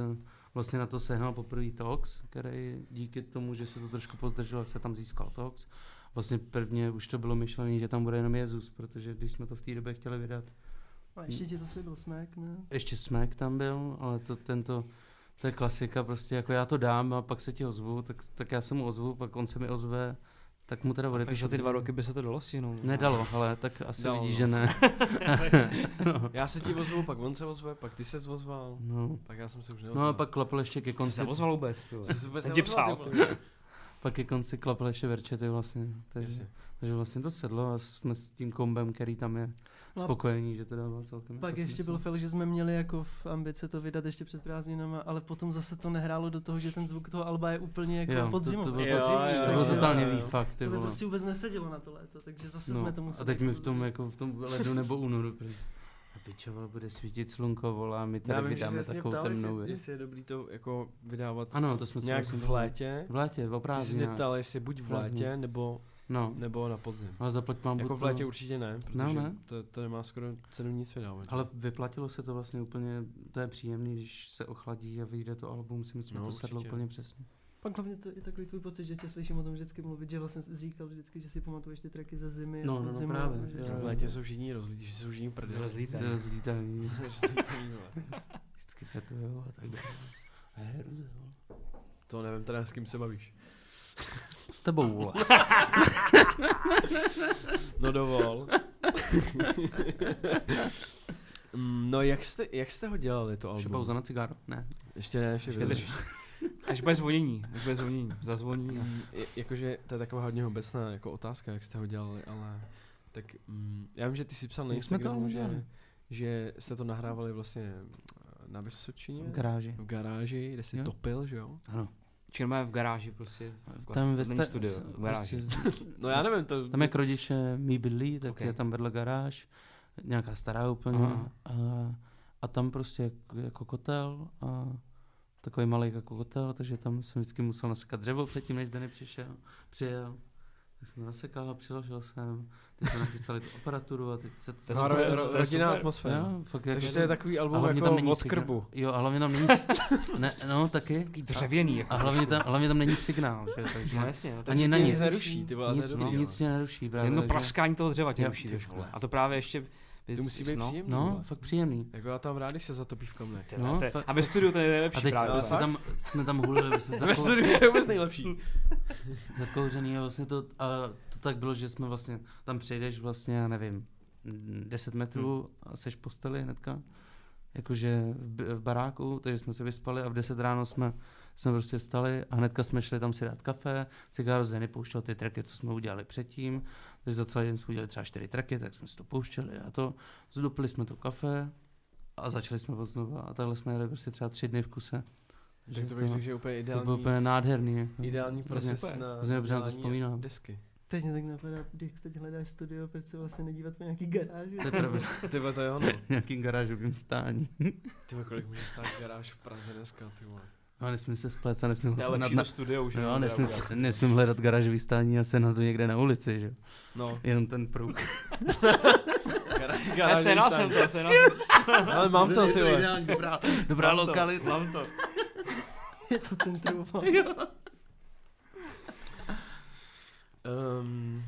Speaker 3: vlastně na to sehnal poprvé Tox, který díky tomu, že se to trošku pozdrželo, jak se tam získal Tox. Vlastně prvně už to bylo myšlené, že tam bude jenom Jezus, protože když jsme to v té době chtěli vydat,
Speaker 4: A ještě ti to slibil smek, ne?
Speaker 3: ještě Smek tam byl, ale to, tento, to je klasika, prostě jako já to dám a pak se ti ozvu, tak, tak já se mu ozvu, pak on se mi ozve, tak mu teda
Speaker 2: Takže za
Speaker 3: odepíšu.
Speaker 2: ty dva roky by se to dalo stihnout.
Speaker 3: Nedalo, ale tak asi
Speaker 1: Dalo,
Speaker 3: vidíš,
Speaker 1: no.
Speaker 3: že ne.
Speaker 1: Já se ti ozvu, pak on se ozve, pak ty se ozval,
Speaker 3: No.
Speaker 1: pak já jsem se už neozval.
Speaker 3: no a pak klapl ještě ke
Speaker 2: Jsi se
Speaker 3: konci,
Speaker 2: ozval vůbec. ty vole.
Speaker 1: Jsi se vůbec
Speaker 2: Jsem ti
Speaker 1: neozval,
Speaker 2: psal,
Speaker 1: ty
Speaker 2: ty
Speaker 1: vole.
Speaker 3: pak ke konci klapl ještě verčety vlastně, takže,
Speaker 1: Jasně.
Speaker 3: takže vlastně to sedlo a jsme s tím kombem, který tam je,
Speaker 4: No a
Speaker 3: spokojení, že to dávalo celkem.
Speaker 4: Pak
Speaker 3: jako
Speaker 4: ještě
Speaker 3: smysl.
Speaker 4: byl fail, že jsme měli jako v ambice to vydat ještě před prázdninama, ale potom zase to nehrálo do toho, že ten zvuk toho Alba je úplně jako
Speaker 3: Jo,
Speaker 4: jo,
Speaker 3: to-
Speaker 4: pod zimou.
Speaker 3: to
Speaker 4: To,
Speaker 3: bylo
Speaker 4: to,
Speaker 1: Jo,
Speaker 3: podzimní,
Speaker 1: jo,
Speaker 3: to bylo
Speaker 1: jo,
Speaker 3: totálně
Speaker 1: jo, jo.
Speaker 3: výfakt, ty
Speaker 4: to by
Speaker 3: vole. No,
Speaker 4: prostě vůbec nesedělo na to léto, takže zase jsme to museli.
Speaker 3: A teď mi v
Speaker 4: jako-
Speaker 3: tom, jako v tom ledu nebo únoru, protože a pičo, vole, bude svítit slunko, volá, my
Speaker 1: Já
Speaker 3: tady
Speaker 1: vím, že se
Speaker 3: vydáme
Speaker 1: jsi mě
Speaker 3: takovou
Speaker 1: ptal,
Speaker 3: temnou
Speaker 1: jestli,
Speaker 3: věc.
Speaker 1: jestli je dobrý to jako vydávat
Speaker 3: Ano, to jsme si
Speaker 1: nějak
Speaker 3: vlastně
Speaker 1: v létě.
Speaker 3: V létě, v
Speaker 1: Ty jsi mě
Speaker 3: prázdninách.
Speaker 1: ptal, jestli buď v létě,
Speaker 3: Prázdnin.
Speaker 1: nebo,
Speaker 3: No,
Speaker 1: nebo na podzim.
Speaker 3: ale zaplať mám
Speaker 1: Jako
Speaker 3: buď
Speaker 1: v létě
Speaker 3: to-
Speaker 1: určitě ne, protože
Speaker 3: No, ne.
Speaker 1: To, to nemá skoro cenu nic vydávat.
Speaker 3: Ale vyplatilo se to vlastně úplně, to je příjemný, když se ochladí a vyjde to album, si myslím, že
Speaker 1: No,
Speaker 3: to sedlo
Speaker 1: určitě.
Speaker 3: úplně přesně.
Speaker 4: Pak hlavně to je takový tvůj pocit, že tě slyším o tom vždycky mluvit, že vlastně říkal vždycky, že si pamatuješ ty tracky ze zimy.
Speaker 3: No,
Speaker 4: z
Speaker 3: no, no,
Speaker 4: podzimu,
Speaker 3: právě,
Speaker 4: že-
Speaker 3: jo,
Speaker 1: v létě jsou všichni rozlítí, že jsou všichni prdele.
Speaker 2: Rozlítá.
Speaker 3: To rozlítají,
Speaker 1: Rozlítí, vole.
Speaker 3: vždycky fetujou a tak dále. A je hruze, vole.
Speaker 1: to nevím teda, s kým se bavíš.
Speaker 3: S tebou, vole.
Speaker 1: No dovol. Mm, no jak jste, jak jste ho dělali to album?
Speaker 3: Ještě pauza na cigáro? Ne.
Speaker 1: Ještě ne, ještě,
Speaker 2: Ještě
Speaker 1: vydrž.
Speaker 2: drž. Až bude zvonění, až bude zvonění, zazvoní. a-
Speaker 1: Mm, je- Jakože to je taková hodně obecná jako otázka, jak jste ho dělali, ale tak mm, já vím, že ty jsi psal na
Speaker 3: Jak jsme to
Speaker 1: Instagramu, že,
Speaker 3: dělali?
Speaker 1: že jste to nahrávali vlastně eh, na Vysočině,
Speaker 3: V garáži.
Speaker 2: Jako,
Speaker 1: v garáži, kde jsi
Speaker 3: Jo.
Speaker 1: topil, že jo?
Speaker 3: Ano.
Speaker 2: Čirma je v garáži prostě.
Speaker 3: Tam
Speaker 2: To
Speaker 3: ve
Speaker 2: není
Speaker 3: sta-
Speaker 2: studio,
Speaker 3: s-
Speaker 2: v garáži.
Speaker 3: prostě-
Speaker 1: No já nevím, to...
Speaker 3: Tam jak rodiče mý bydlí, tak
Speaker 2: Ok.
Speaker 3: je tam vedle garáž, nějaká stará úplně.
Speaker 2: Aha.
Speaker 3: A, a, tam prostě jako, jako kotel a takový malý jako kotel, takže tam jsem vždycky musel nasekat dřevo předtím, než zde nepřišel, přijel. Tak jsem to nasekal, přiložil jsem, teď jsme nachystali tu aparaturu a teď se to...
Speaker 1: to
Speaker 2: jsou
Speaker 1: ro,
Speaker 2: to-
Speaker 1: ro,
Speaker 2: to je
Speaker 1: rodinná
Speaker 2: super.
Speaker 1: atmosféra.
Speaker 3: jo, fakt jako,
Speaker 1: Takže to je takový
Speaker 3: a
Speaker 1: album
Speaker 3: hlavně tam není
Speaker 1: jako od
Speaker 3: signál.
Speaker 1: krbu.
Speaker 3: Jo, a hlavně tam není... s- ne, no, taky.
Speaker 2: Takový dřevěný.
Speaker 3: A
Speaker 2: Jako.
Speaker 3: hlavně tam, hlavně tam není signál, že? jo, Takže
Speaker 2: No jasně, no, to
Speaker 3: ani
Speaker 2: je
Speaker 3: na
Speaker 1: tě
Speaker 3: nic.
Speaker 1: neruší, ty vole,
Speaker 3: nic,
Speaker 1: to je dobrý, no.
Speaker 3: nic tě neruší. Právě,
Speaker 2: jedno
Speaker 3: že-
Speaker 2: praskání toho dřeva tě
Speaker 3: Jo,
Speaker 2: ruší
Speaker 3: ty
Speaker 2: trošku.
Speaker 3: vole.
Speaker 2: A to právě ještě...
Speaker 1: To musí být
Speaker 2: no.
Speaker 1: příjemný.
Speaker 3: No,
Speaker 1: vole.
Speaker 3: fakt příjemný.
Speaker 1: Jako já tam rád, když se zatopí v kamnech.
Speaker 2: Ty vole,
Speaker 3: No,
Speaker 2: to je-
Speaker 3: fakt-
Speaker 2: A ve studiu to je
Speaker 3: A
Speaker 2: nejlepší
Speaker 3: teď
Speaker 2: právě.
Speaker 3: prostě
Speaker 1: fakt?
Speaker 3: tam jsme tam hulili prostě
Speaker 1: Ve
Speaker 3: zako-
Speaker 1: studiu to je vůbec nejlepší.
Speaker 3: zakouřený a vlastně to, a to tak bylo, že jsme vlastně, tam přejdeš vlastně, já nevím, mm, 10 metrů a seš v posteli hnedka, jakože v, b- v baráku, takže jsme se vyspali a v 10 ráno jsme, jsme prostě vstali a hnedka jsme šli tam si dát kafe, cigáro Zeny pouštěl ty tracky, co jsme udělali předtím, takže za celý den jsme udělali třeba 4 tracky, tak jsme si to pouštěli a to, zdupili jsme to kafe a začali jsme od znova a takhle jsme jeli prostě třeba tři dny v kuse. Takže
Speaker 1: Tak to bych řekl, že je úplně
Speaker 3: to bylo
Speaker 1: ideální,
Speaker 3: úplně nádherný. Jako.
Speaker 1: ideální proces
Speaker 2: super.
Speaker 1: na
Speaker 3: Hrozně dobře na to
Speaker 1: dělání
Speaker 3: vzpomínám.
Speaker 1: desky.
Speaker 4: Teď mě tak napadá, když teď hledáš studio, proč se vlastně nedívat na nějaký garáž.
Speaker 3: To je pravda.
Speaker 1: Ty vole, to je ono.
Speaker 3: Nějakým garážovým stání.
Speaker 1: Ty vole, kolik může stát garáž v Praze dneska, ty vole.
Speaker 3: No, nesmím se splet a nesmím
Speaker 2: To je
Speaker 3: se nad...
Speaker 2: lepší to studio už.
Speaker 3: No,
Speaker 2: jenom
Speaker 3: nesmím,
Speaker 2: teda.
Speaker 3: nesmím hledat garážový stání a se na to někde na ulici, že? jo.
Speaker 1: No,
Speaker 3: Jenom ten průk.
Speaker 1: gara-
Speaker 2: Já
Speaker 1: garáž
Speaker 2: sehnal jsem to, sehnal jsem
Speaker 1: Ale mám to, ty vole.
Speaker 3: ideální, dobrá, dobrá
Speaker 2: Mám to,
Speaker 3: lokalita.
Speaker 2: Mám to.
Speaker 4: Je to centrum.
Speaker 1: Um,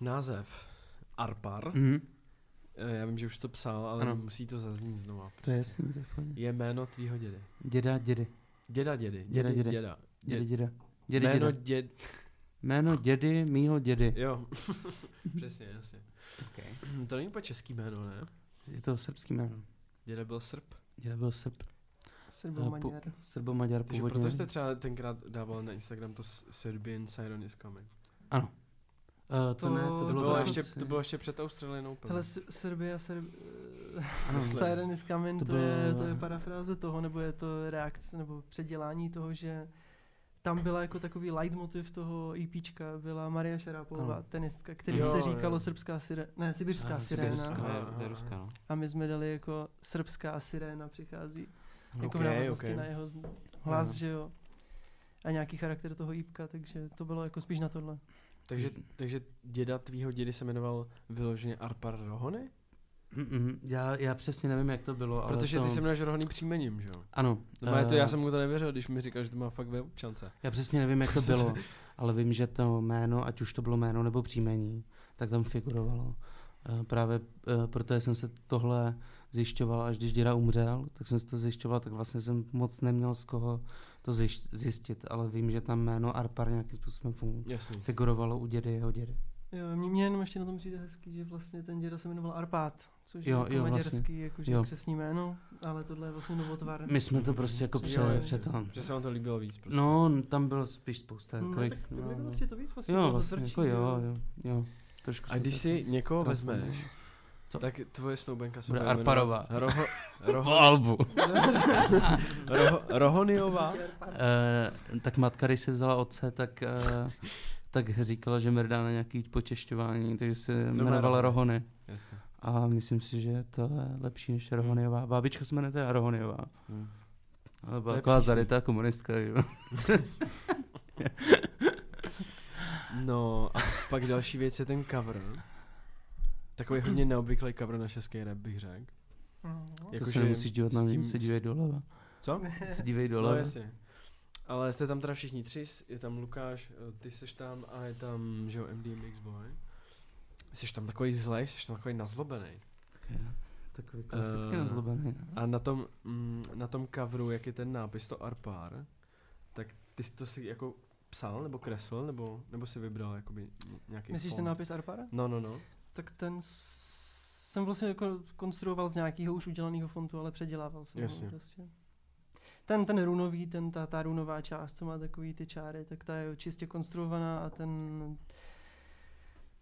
Speaker 1: název. Arpar.
Speaker 3: Mhm.
Speaker 1: Eh, Já vím, že už to psal, ale ano.
Speaker 3: Ano.
Speaker 1: musí to zaznít znova.
Speaker 3: To je
Speaker 1: prostě.
Speaker 3: jasný, to je v pohodě.
Speaker 1: Je jméno tvýho dědy.
Speaker 3: Děda, dědy.
Speaker 1: Děda dědy.
Speaker 3: Děda,
Speaker 1: Dědy, děda.
Speaker 3: dědy.
Speaker 1: děda.
Speaker 3: Dědy,
Speaker 1: Dědy,
Speaker 3: děda. Dědy,
Speaker 1: jméno
Speaker 3: děda.
Speaker 1: děd...
Speaker 3: Jméno dědy, mýho dědy.
Speaker 1: Jo. Přesně, jasně. To není po český jméno, ne?
Speaker 3: Je to srbský jméno.
Speaker 1: Děda byl Srb.
Speaker 3: Děda byl srb.
Speaker 4: Srbomaďar.
Speaker 3: Srbo-Maďar
Speaker 1: Takže
Speaker 3: původně.
Speaker 1: proto jste třeba tenkrát dával na Instagram to s- Serbian Siren is coming.
Speaker 3: Ano. Uh, to,
Speaker 4: To-
Speaker 3: ne, to
Speaker 1: To bylo,
Speaker 3: bylo,
Speaker 1: to
Speaker 3: v
Speaker 4: bylo
Speaker 1: ještě,
Speaker 3: rámci-
Speaker 1: to bylo ještě před Australian Open.
Speaker 4: Hele, S- Serbia, Serb...
Speaker 1: Ano,
Speaker 4: Siren is coming,
Speaker 3: To
Speaker 4: to, je,
Speaker 3: bylo-
Speaker 4: to je parafráze toho, nebo je to reakce, nebo předělání toho, že tam byla jako takový leitmotiv toho EPčka, byla Maria Šarápová,
Speaker 3: Ano.
Speaker 4: tenistka, který
Speaker 1: Jo,
Speaker 4: se
Speaker 1: jo.
Speaker 4: říkalo srbská sirena, ne, sibirská
Speaker 3: Ah,
Speaker 4: sirena.
Speaker 3: sibirská.
Speaker 2: To je,
Speaker 1: Aha,
Speaker 2: to je
Speaker 1: aha.
Speaker 2: ruská, no.
Speaker 4: A my jsme dali jako srbská siréna přichází. Jako
Speaker 1: Ok,
Speaker 4: v návaznosti
Speaker 1: ok.
Speaker 4: na jeho z- hlas,
Speaker 3: Ano.
Speaker 4: že jo. A nějaký charakter toho jípka, takže to bylo jako spíš na tohle.
Speaker 1: takže,
Speaker 3: Hm.
Speaker 1: takže děda tvýho dědy se jmenoval vyloženě Arpar Rohony?
Speaker 3: Mm-mm, já, já přesně nevím, jak to bylo, ale
Speaker 1: Protože
Speaker 3: to...
Speaker 1: ty jsi měl Rohony příjmením, že jo?
Speaker 3: Ano.
Speaker 1: No, to,
Speaker 3: eh,
Speaker 1: já jsem mu to nevěřil, když mi říkal, že to má fakt ve občance.
Speaker 3: Já přesně nevím, jak to bylo, ale vím, že to jméno, ať už to bylo jméno nebo příjmení, tak tam figurovalo. Eh, Právě eh, proto jsem se tohle zjišťoval, až když děda umřel, tak jsem si to zjišťoval, tak vlastně jsem moc neměl z koho to zjiš- zjistit, ale vím, že tam jméno Arpar nějakým způsobem fun-
Speaker 1: Jasný.
Speaker 3: figurovalo u dědy jeho dědy.
Speaker 4: Jo, mně, mně jenom ještě na tom přijde hezký, že vlastně ten děda se jmenoval Arpát, což
Speaker 3: Jo,
Speaker 4: je jako
Speaker 3: jo, vlastně.
Speaker 4: maďarský jakože
Speaker 3: Jo.
Speaker 4: křesní jméno, ale tohle je vlastně novotvar.
Speaker 3: My jsme to prostě jako
Speaker 1: Jo,
Speaker 3: pře,
Speaker 1: jo, jo.
Speaker 3: pře to.
Speaker 1: Že se vám to líbilo víc prostě.
Speaker 3: No, n- tam bylo spíš spousta
Speaker 4: no,
Speaker 3: takových...
Speaker 4: tak, tak
Speaker 3: no,
Speaker 4: jako
Speaker 3: no.
Speaker 4: vlastně to víc vlastně.
Speaker 3: Jo,
Speaker 4: bylo
Speaker 3: vlastně,
Speaker 4: tvrdší,
Speaker 3: jako
Speaker 4: že
Speaker 3: jo, jo, jo. Trošku
Speaker 1: A
Speaker 3: jsme
Speaker 1: když
Speaker 3: to- jako-
Speaker 1: si někoho
Speaker 3: Trochu.
Speaker 1: vezmeš,
Speaker 3: Co?
Speaker 1: tak tvoje snoubenka se
Speaker 3: Bude
Speaker 1: bude
Speaker 3: Arparová.
Speaker 1: jmenovat Roho,
Speaker 3: Po
Speaker 1: roho,
Speaker 3: albu.
Speaker 1: roho, Rohoniová.
Speaker 3: Eh, tak matka, když si vzala otce, tak, eh, tak říkala, že mrdá na nějaký počešťování, takže se jmenovala
Speaker 1: Rohony.
Speaker 3: Rohony.
Speaker 1: Jasně.
Speaker 3: A myslím si, že to je lepší než Rohonyová. Babička se jmenuje teda Rohonyová.
Speaker 1: Hmm.
Speaker 3: Ale
Speaker 1: To
Speaker 3: byla
Speaker 1: je
Speaker 3: taková
Speaker 1: přísný.
Speaker 3: zarytá komunistka, že jo.
Speaker 1: No a pak další věc je ten cover. Takový hodně neobvyklý cover na český rap bych řekl.
Speaker 4: Mhm.
Speaker 3: To
Speaker 1: Jakože
Speaker 3: se nemusíš dívat na
Speaker 1: s
Speaker 3: mě,
Speaker 1: tím-
Speaker 3: se dívej doleva.
Speaker 1: Co?
Speaker 3: Se dívej
Speaker 1: No
Speaker 3: doleva.
Speaker 1: jasně. Ale jste tam teda všichni tři, s- je tam Lukáš, eh, ty seš tam a je tam, že jo, MDMX boy. Jsi tam takový zlej, jsi tam takový nazlobený.
Speaker 4: Hm?
Speaker 3: Takový klasicky
Speaker 1: Eh,
Speaker 3: nazlobený. no.
Speaker 1: A na tom, mm, na tom coveru, jak je ten nápis, to Arpár, tak ty jsi to si jako psal nebo kreslil, nebo, nebo si vybral jakoby ně- nějaký
Speaker 4: Myslíš ten
Speaker 1: fond?
Speaker 4: nápis Arpara?
Speaker 1: No, no, no.
Speaker 4: Tak ten s- jsem vlastně jako konstruoval z nějakého už udělaného fontu, ale předělával jsem
Speaker 1: Jasně.
Speaker 4: ho prostě. Ten, ten runový, ten, ta, ta runová část, co má takový ty čáry, tak ta je čistě konstruovaná a ten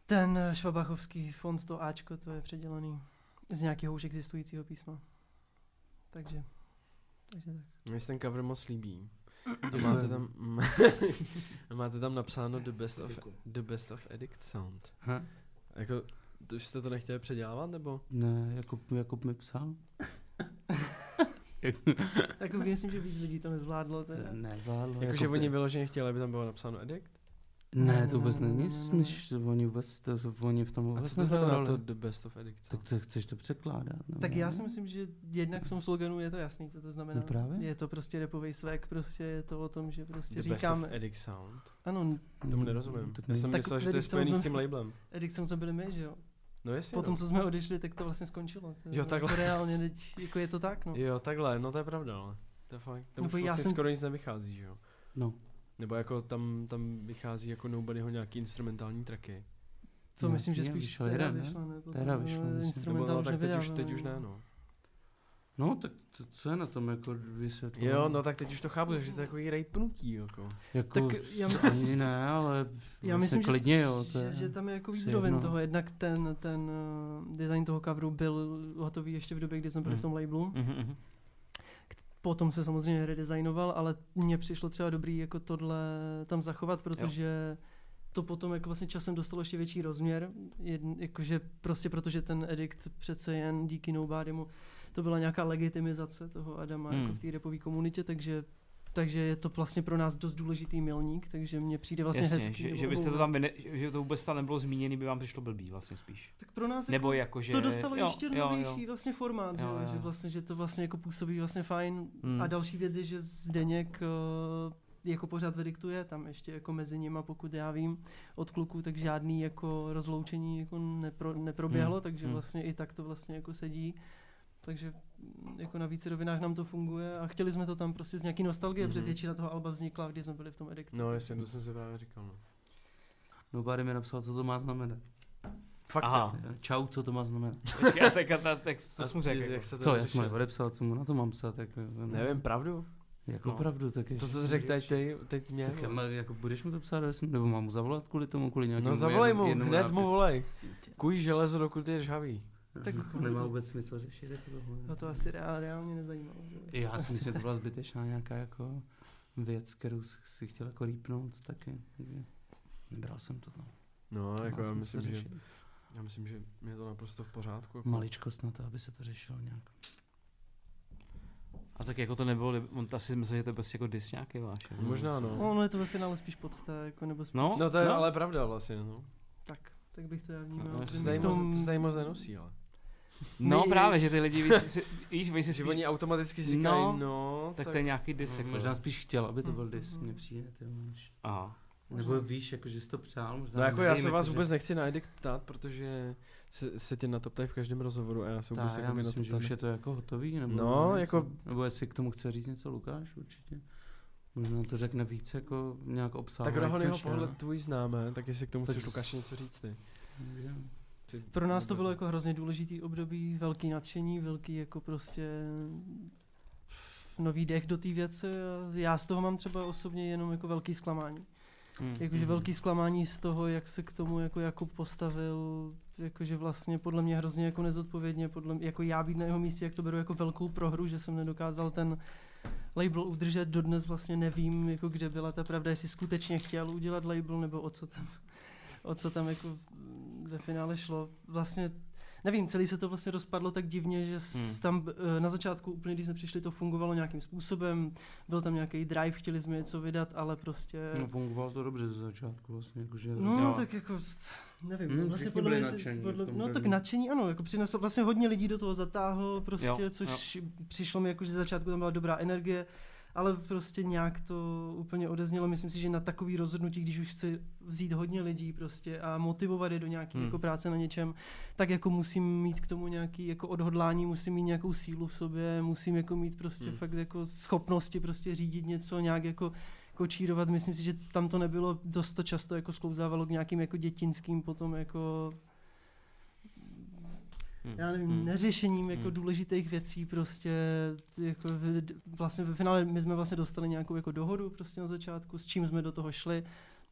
Speaker 4: ten švabachovský fond, to Ačko, to je předělaný z nějakého už existujícího písma. Takže, takže tak.
Speaker 1: Mně se ten cover moc líbí. Že máte tam, mm, máte tam napsáno the best, of, the best of Addict Sound.
Speaker 3: Ha?
Speaker 1: Jako, to, že jste to nechtěli předělávat, nebo?
Speaker 3: Ne, Jakub, Jakub mi psal.
Speaker 4: Tak myslím, že víc lidí to nezvládlo. Teda.
Speaker 3: Ne, Nezvládlo.
Speaker 1: Jako, že
Speaker 3: Jakub,
Speaker 1: oni
Speaker 3: No, ty-
Speaker 1: vyloženě chtěli, aby tam bylo napsáno Addict?
Speaker 3: Ne,
Speaker 4: Ne,
Speaker 3: to
Speaker 4: ne,
Speaker 3: vůbec
Speaker 4: ne, ne,
Speaker 3: není
Speaker 4: ne, ne, ne.
Speaker 3: smysl, oni vůbec, to, oni v tom
Speaker 1: A
Speaker 3: vůbec
Speaker 1: co to znamená
Speaker 3: nehráli.
Speaker 1: to the best of Addict Sound?
Speaker 3: Tak to chceš to překládat. Nebo
Speaker 4: Tak
Speaker 3: ne?
Speaker 4: já si myslím, že jednak v tom sloganu je to jasný, co to znamená.
Speaker 3: No právě.
Speaker 4: Je to prostě repový svek, prostě je to o tom, že prostě
Speaker 1: The best
Speaker 4: říkáme,
Speaker 1: of Addict Sound?
Speaker 4: ano,
Speaker 1: Tomu
Speaker 3: Mm,
Speaker 1: nerozumím.
Speaker 3: Tak
Speaker 1: Já
Speaker 3: my-
Speaker 1: jsem
Speaker 4: Tak
Speaker 1: myslel, že to je
Speaker 4: Addict Sound
Speaker 1: spojený s
Speaker 4: jsme-
Speaker 1: tím labelem.
Speaker 4: Edikcem jsme byli my, že jo?
Speaker 1: No jasně,
Speaker 4: Potom,
Speaker 1: no.
Speaker 4: co jsme odešli, tak to vlastně skončilo. To je
Speaker 1: Jo, takhle.
Speaker 4: Jako reálně, teď, jako je to tak, no.
Speaker 1: Jo, takhle, no to je pravda, ale. To je fakt. Tam
Speaker 4: No,
Speaker 1: už
Speaker 4: bo já
Speaker 1: vlastně
Speaker 4: jsem-
Speaker 1: skoro nic nevychází, že jo?
Speaker 3: No,
Speaker 1: Nebo jako tam, tam vychází jako nobodyho nějaký instrumentální tracky. no,
Speaker 4: Co
Speaker 3: Ne,
Speaker 4: myslím, že
Speaker 3: ne,
Speaker 4: spíš
Speaker 3: vyšel
Speaker 4: tehda
Speaker 3: jeden, ne?
Speaker 4: vyšlo, ne? Potom,
Speaker 3: Tehda vyšlo,
Speaker 4: ale
Speaker 3: myslím.
Speaker 1: Nebo,
Speaker 4: Instrumentál
Speaker 1: no,
Speaker 4: už
Speaker 1: tak teď už,
Speaker 4: nevydával,
Speaker 1: teď už
Speaker 4: no.
Speaker 1: ne, no.
Speaker 3: no tak to, co je na tom jako vysvětlovat?
Speaker 1: Jo, no tak teď už to chápu, takže to je takový rejpnutí, jako.
Speaker 3: Jako,
Speaker 4: Tak já myslím-
Speaker 3: ani ne, ale
Speaker 4: Já myslím, že,
Speaker 3: klidně, jo, to
Speaker 4: že,
Speaker 3: je,
Speaker 4: že tam je jako víc
Speaker 3: si
Speaker 4: rovin
Speaker 3: jedno.
Speaker 4: toho. Jednak ten, ten eh, design toho coveru byl hotový ještě v době, kdy jsme byli v tom labelu.
Speaker 3: Vlastně
Speaker 2: Mhm,
Speaker 4: Potom se samozřejmě redesignoval, ale mně přišlo třeba dobrý jako tohle tam zachovat, protože to potom jako vlastně časem dostalo ještě větší rozměr, jedn, jakože prostě protože ten edikt přece jen díky Nobodymu, to byla nějaká legitimizace toho Adama
Speaker 2: Hmm.
Speaker 4: jako v té repové komunitě, takže takže je to vlastně pro nás dost důležitý milník, takže mně přijde vlastně
Speaker 2: Jasně,
Speaker 4: hezký.
Speaker 2: že,
Speaker 4: nebo
Speaker 2: že, byste to
Speaker 4: obou-
Speaker 2: tam, vyne, že to vůbec tam nebylo zmíněný, by vám přišlo blbý vlastně spíš.
Speaker 4: Tak pro nás
Speaker 2: Nebo jako, že...
Speaker 4: to dostalo
Speaker 2: jo,
Speaker 4: ještě
Speaker 2: jo,
Speaker 4: novější
Speaker 2: jo.
Speaker 4: vlastně formát,
Speaker 2: Jo,
Speaker 4: jo,
Speaker 2: jo.
Speaker 4: že vlastně, že to vlastně jako působí vlastně fajn.
Speaker 2: Hmm.
Speaker 4: A další věc je, že Zdeněk eh, jako pořád verdiktuje, tam ještě jako mezi nima, pokud já vím, od kluků, tak žádný jako rozloučení jako nepro, neproběhlo,
Speaker 2: Hmm.
Speaker 4: takže
Speaker 2: Hmm.
Speaker 4: vlastně i tak to vlastně jako sedí. Takže mm, jako na více rovinách nám to funguje a chtěli jsme to tam prostě z nějaký nostalgie, protože
Speaker 1: Mhm.
Speaker 4: většina toho alba vznikla, když jsme byli v tom
Speaker 2: No,
Speaker 4: ediktu.
Speaker 1: No jasně, to jsem si právě říkal, no.
Speaker 3: Nobody mi napsal, co to má znamenat.
Speaker 2: Fakt Aha.
Speaker 3: Čau, co to má znamenat?
Speaker 2: Počkej, a tak, a, tak, tak co
Speaker 1: A
Speaker 2: jsi mu
Speaker 1: ty-
Speaker 2: řekl?
Speaker 1: jak
Speaker 2: Jako?
Speaker 1: se to
Speaker 3: Co, já jsem
Speaker 1: vyřešilo?
Speaker 3: odepsal, co mu na to mám psát, jako, no,
Speaker 1: Nevím, pravdu?
Speaker 3: jako
Speaker 2: no.
Speaker 3: pravdu, tak
Speaker 1: To, co jsi řekl teď, ty- teď mě?
Speaker 3: Tak, ale jako budeš mu to psát, já jsem- nebo mám mu zavolat kvůli tomu, kvůli nějakému
Speaker 1: No zavolej mu,
Speaker 3: jednom-
Speaker 1: hned
Speaker 3: jednomu
Speaker 1: mu volej.
Speaker 3: nápisu?
Speaker 1: Kuj železo, dokud je žhavý.
Speaker 4: Tak
Speaker 3: to nemá vůbec smysl řešit. Jako tohle.
Speaker 4: Ho to asi reál, reálně nezajímalo. že jo.
Speaker 3: Já si myslím, že to byla zbytečná nějaká jako věc, kterou s- si chtěl jako rýpnout taky. takže Nebral jsem to tam.
Speaker 1: No, jako já
Speaker 3: Nemá smysl
Speaker 1: myslím, že,
Speaker 3: řešit.
Speaker 1: já myslím, že je to naprosto v pořádku. jako.
Speaker 3: Maličkost na to, aby se to řešilo nějak.
Speaker 2: A tak jako to nebylo, li- on to asi myslel, že to je prostě jako dis nějaký váš. jako.
Speaker 1: Možná, no.
Speaker 4: No, ono je to ve finále spíš podsta, jako nebo spíš
Speaker 2: No,
Speaker 1: No to je ale pravda vlastně, no.
Speaker 4: tak, tak bych to já
Speaker 2: No,
Speaker 4: vnímal.
Speaker 2: to
Speaker 1: To
Speaker 4: Že
Speaker 1: se
Speaker 4: mi
Speaker 1: tady
Speaker 4: v
Speaker 1: moc-
Speaker 4: tom-
Speaker 1: to se tady moc nenosí, ale.
Speaker 2: no
Speaker 4: My-
Speaker 2: právě, že ty lidi, víš, si, víš, oni si
Speaker 1: Že
Speaker 2: spíš,
Speaker 1: oni No, automaticky říkají,
Speaker 2: No,
Speaker 1: no,
Speaker 2: tak to je nějaký dis. Jako.
Speaker 3: Možná spíš chtěl, aby to byl
Speaker 4: Mhm,
Speaker 3: dis,
Speaker 4: mhm.
Speaker 3: mně přijde. Ty, jo, než-
Speaker 2: Aha.
Speaker 3: nebo víš, jako, že jsi to přál. Možná
Speaker 1: No jako já
Speaker 3: nevím,
Speaker 1: se vás
Speaker 3: že-
Speaker 1: vůbec nechci na edikt ptát, protože se, se tě na to ptají v každém rozhovoru a já se vůbec
Speaker 3: Tak, já
Speaker 1: jako na to
Speaker 3: myslím, že
Speaker 1: ptát.
Speaker 3: už je to jako hotový, nebo
Speaker 1: No,
Speaker 3: něco,
Speaker 1: jako-
Speaker 3: nebo jestli k tomu chce říct něco Lukáš, určitě. Možná to řekne víc, jako nějak obsáhle.
Speaker 1: Tak Rohonyho pohled tvůj známe, tak jestli k tomu
Speaker 3: Tak
Speaker 1: chceš
Speaker 3: s-
Speaker 1: Lukáš něco říct ty. Jsi-
Speaker 4: Pro nás to
Speaker 1: nebo-
Speaker 4: bylo jako hrozně důležitý období, velký nadšení, velký jako prostě nový dech do té věci. a Já z toho mám třeba osobně jenom jako velký zklamání.
Speaker 1: Hmm,
Speaker 2: Hm.
Speaker 4: Jakože velký zklamání z toho, jak se k tomu jako Jakub postavil, jakože vlastně podle mě hrozně jako nezodpovědně, podle mě, jako já být na jeho místě, jak to beru jako velkou prohru, že jsem nedokázal ten label udržet, dodnes vlastně nevím, jako kde byla ta pravda, jestli skutečně chtěl udělat label, nebo o co tam, o co tam jako mm, ve finále šlo. Vlastně Nevím, celý se to vlastně rozpadlo tak divně, že
Speaker 2: Hmm.
Speaker 4: hmm. tam eh, na začátku úplně, když jsme přišli, to fungovalo nějakým způsobem, byl tam nějaký drive, chtěli jsme něco vydat, ale prostě...
Speaker 3: No, fungovalo to dobře ze začátku vlastně, jakože...
Speaker 4: No,
Speaker 2: Jo.
Speaker 4: no tak jako, nevím,
Speaker 3: Hmm,
Speaker 4: vlastně
Speaker 3: všichni
Speaker 4: podle
Speaker 3: byli
Speaker 4: mě, ty-
Speaker 3: nadšení
Speaker 4: podle,
Speaker 3: v tom
Speaker 4: no tak
Speaker 3: prvním.
Speaker 4: nadšení ano, jako přinesl, vlastně hodně lidí do toho zatáhl prostě,
Speaker 2: Jo,
Speaker 4: jo, což jo. přišlo mi jako, že ze začátku tam byla dobrá energie, ale prostě nějak to úplně odeznělo, myslím si, že na takový rozhodnutí, když už chci vzít hodně lidí prostě a motivovat je do nějaký
Speaker 2: Hmm.
Speaker 4: hmm. jako práce na něčem, tak jako musím mít k tomu nějaký jako odhodlání, musím mít nějakou sílu v sobě, musím jako mít prostě
Speaker 1: Hmm.
Speaker 4: hmm. fakt jako schopnosti prostě řídit něco, nějak jako kočírovat. Myslím si, že tam to nebylo, dost to často jako sklouzávalo k nějakým jako dětinským potom jako
Speaker 2: Hm.
Speaker 4: já nevím,
Speaker 2: Hm.
Speaker 4: neřešením jako
Speaker 2: Hmm.
Speaker 4: důležitých věcí prostě, t- jako v, d- vlastně ve finále my jsme vlastně dostali nějakou jako dohodu prostě na začátku, s čím jsme do toho šli,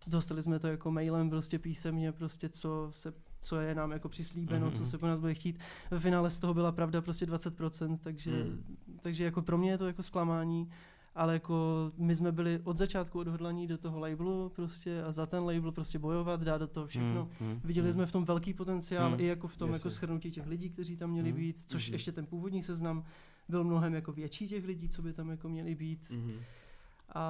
Speaker 4: dostali jsme to jako mailem prostě písemně prostě, co se co je nám jako přislíbeno,
Speaker 2: Mhm.
Speaker 4: co se po nás bude chtít. Ve finále z toho byla pravda prostě 20%, takže,
Speaker 2: Mhm.
Speaker 4: takže jako pro mě je to jako zklamání, ale jako my jsme byli od začátku odhodlaní do toho labelu prostě a za ten label prostě bojovat, dát do toho všechno.
Speaker 2: Hm.
Speaker 4: Viděli
Speaker 2: Hm.
Speaker 4: jsme v tom velký potenciál
Speaker 2: Hmm.
Speaker 4: i jako v tom
Speaker 1: Hmm. Jasně.
Speaker 4: jako schrnutí těch lidí, kteří tam měli
Speaker 2: Hmm.
Speaker 4: být, což
Speaker 1: Mhm.
Speaker 4: ještě ten původní seznam byl mnohem jako větší těch lidí, co by tam jako měli být.
Speaker 1: Mhm.
Speaker 4: A,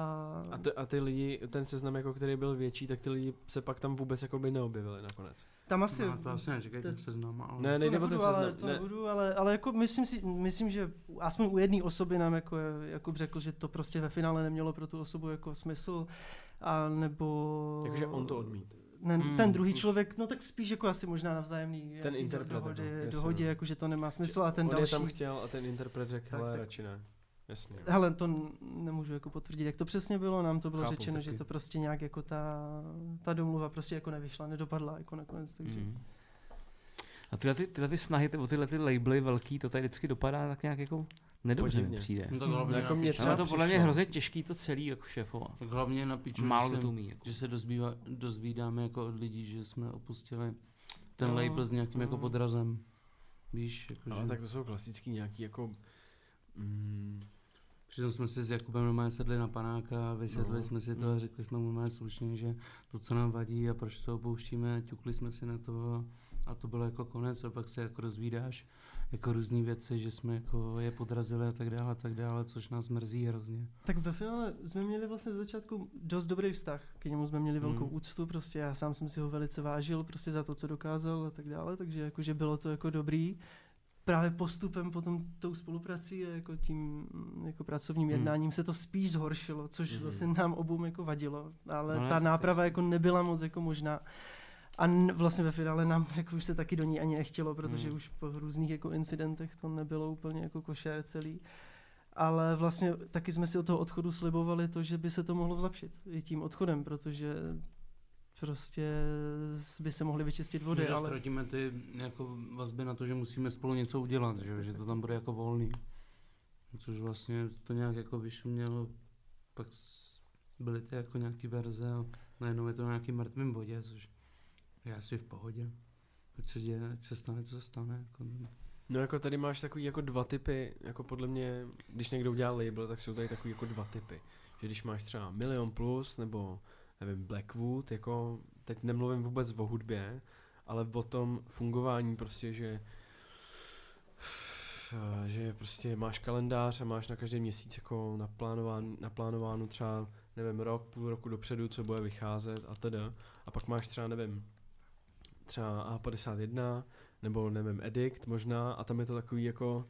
Speaker 1: A, ty, a ty lidi, ten seznam, jako který byl větší, tak ty lidi se pak tam vůbec jako by neobjevili nakonec.
Speaker 4: tam asi...
Speaker 3: No, to asi neříkej
Speaker 4: ten-
Speaker 3: ten seznam, ale...
Speaker 1: Ne, nejde o ten
Speaker 4: nebudu, ale,
Speaker 1: seznam.
Speaker 4: to
Speaker 1: ne.
Speaker 4: nebudu, ale, ale jako myslím, si, myslím, že aspoň u jedné osoby nám jako, jako řekl, že to prostě ve finále nemělo pro tu osobu jako smysl. A
Speaker 3: No.
Speaker 4: nebo...
Speaker 1: Jakože on to odmít.
Speaker 4: Ne,
Speaker 2: Mm,
Speaker 4: mm, ten druhý
Speaker 2: už-
Speaker 4: člověk, no tak spíš jako asi možná navzájemný. jaký do-
Speaker 1: interpret,
Speaker 4: Dohodě,
Speaker 1: jako, jasně,
Speaker 4: dohodě
Speaker 1: no.
Speaker 4: jako, že to nemá smysl a ten
Speaker 1: on
Speaker 4: další...
Speaker 1: je tam chtěl a ten interpret řekl,
Speaker 4: Tak,
Speaker 1: hele,
Speaker 4: tak.
Speaker 1: radši ne. Jasně.
Speaker 4: Hele, to n- nemůžu jako potvrdit, jak to přesně bylo, nám to bylo
Speaker 1: Chápu,
Speaker 4: Chápu, řečeno,
Speaker 1: taky.
Speaker 4: že to prostě nějak jako ta, ta domluva prostě jako nevyšla, nedopadla jako nakonec, takže...
Speaker 1: Mhm.
Speaker 4: Mm.
Speaker 2: Mm. A tyhle, ty, tyhle ty snahy ty, o tyhle ty labely velký, to tady vždycky dopadá tak nějak jako nedobře mi
Speaker 1: Podivně.
Speaker 2: přijde.
Speaker 3: No, tak hlavně
Speaker 1: No, jako
Speaker 3: na
Speaker 1: mě
Speaker 3: piču.
Speaker 2: Ale
Speaker 1: třeba
Speaker 2: to podle mě je
Speaker 1: přišlo.
Speaker 2: hrozně těžký to celý jako šéfovat.
Speaker 3: Tak hlavně na piču,
Speaker 2: Málo
Speaker 3: že,
Speaker 2: kdo to
Speaker 3: se,
Speaker 2: umí. Jako.
Speaker 3: že se dozbývá, dozvídáme jako od lidí, že jsme opustili ten
Speaker 4: No,
Speaker 3: label s nějakým jako
Speaker 4: no.
Speaker 3: podrazem. Víš, jako,
Speaker 1: Ale
Speaker 3: že...
Speaker 1: No, tak to jsou klasický nějaký jako... Mm,
Speaker 3: Přitom jsme si s Jakubem normálně sedli na panáka, vysvětlili
Speaker 1: No,
Speaker 3: no, jsme si to
Speaker 1: no.
Speaker 3: a řekli jsme mu normálně slušně, že to, co nám vadí a proč to opouštíme, ťukli jsme si na to a to bylo jako konec a pak se jako rozvídáš jako různé věci, že jsme jako je podrazili a tak dále a tak dále, což nás mrzí hrozně.
Speaker 4: Tak ve finále jsme měli vlastně ze začátku dost dobrý vztah, k němu jsme měli velkou
Speaker 2: Mm.
Speaker 4: úctu, prostě já sám jsem si ho velice vážil, prostě za to, co dokázal a tak dále, takže jakože bylo to jako dobrý. Právě postupem potom tou spoluprací a jako tím mm, jako pracovním
Speaker 2: Mm.
Speaker 4: jednáním se to spíš zhoršilo, což
Speaker 1: Mhm.
Speaker 4: vlastně nám obou jako vadilo, ale
Speaker 2: Hmm. No ne,
Speaker 4: ta
Speaker 2: tak
Speaker 4: náprava
Speaker 2: jasně.
Speaker 4: jako nebyla moc jako možná. A n- vlastně ve finále nám jako už se taky do ní ani nechtělo, protože
Speaker 2: Mm.
Speaker 4: už po různých jako incidentech to nebylo úplně jako košer celý. Ale vlastně taky jsme si od toho odchodu slibovali to, že by se to mohlo zlepšit i tím odchodem, protože prostě s- by se mohly vyčistit vody,
Speaker 3: Že
Speaker 4: ale
Speaker 3: ztratíme ty jako vazby na to, že musíme spolu něco udělat, že, jo, že to tam bude jako volný. Což vlastně to nějak jako vyšumělo, pak s- byly ty jako nějaký verze a najednou je to na nějakým mrtvým bodě, což já si v pohodě. Ať se děje, ať se stane, co se stane. Jako,
Speaker 1: No jako tady máš takový jako dva typy, jako podle mě, když někdo udělá label, tak jsou tady takový jako dva typy. Že když máš třeba Milion Plus nebo nevím, Blackwood, jako teď nemluvím vůbec o hudbě, ale o tom fungování prostě, že že prostě máš kalendář a máš na každý měsíc jako naplánován, naplánováno třeba, nevím, rok, půl roku dopředu, co bude vycházet a teda. A pak máš třeba, nevím, třeba A51, nebo nevím, Edict možná, a tam je to takový jako,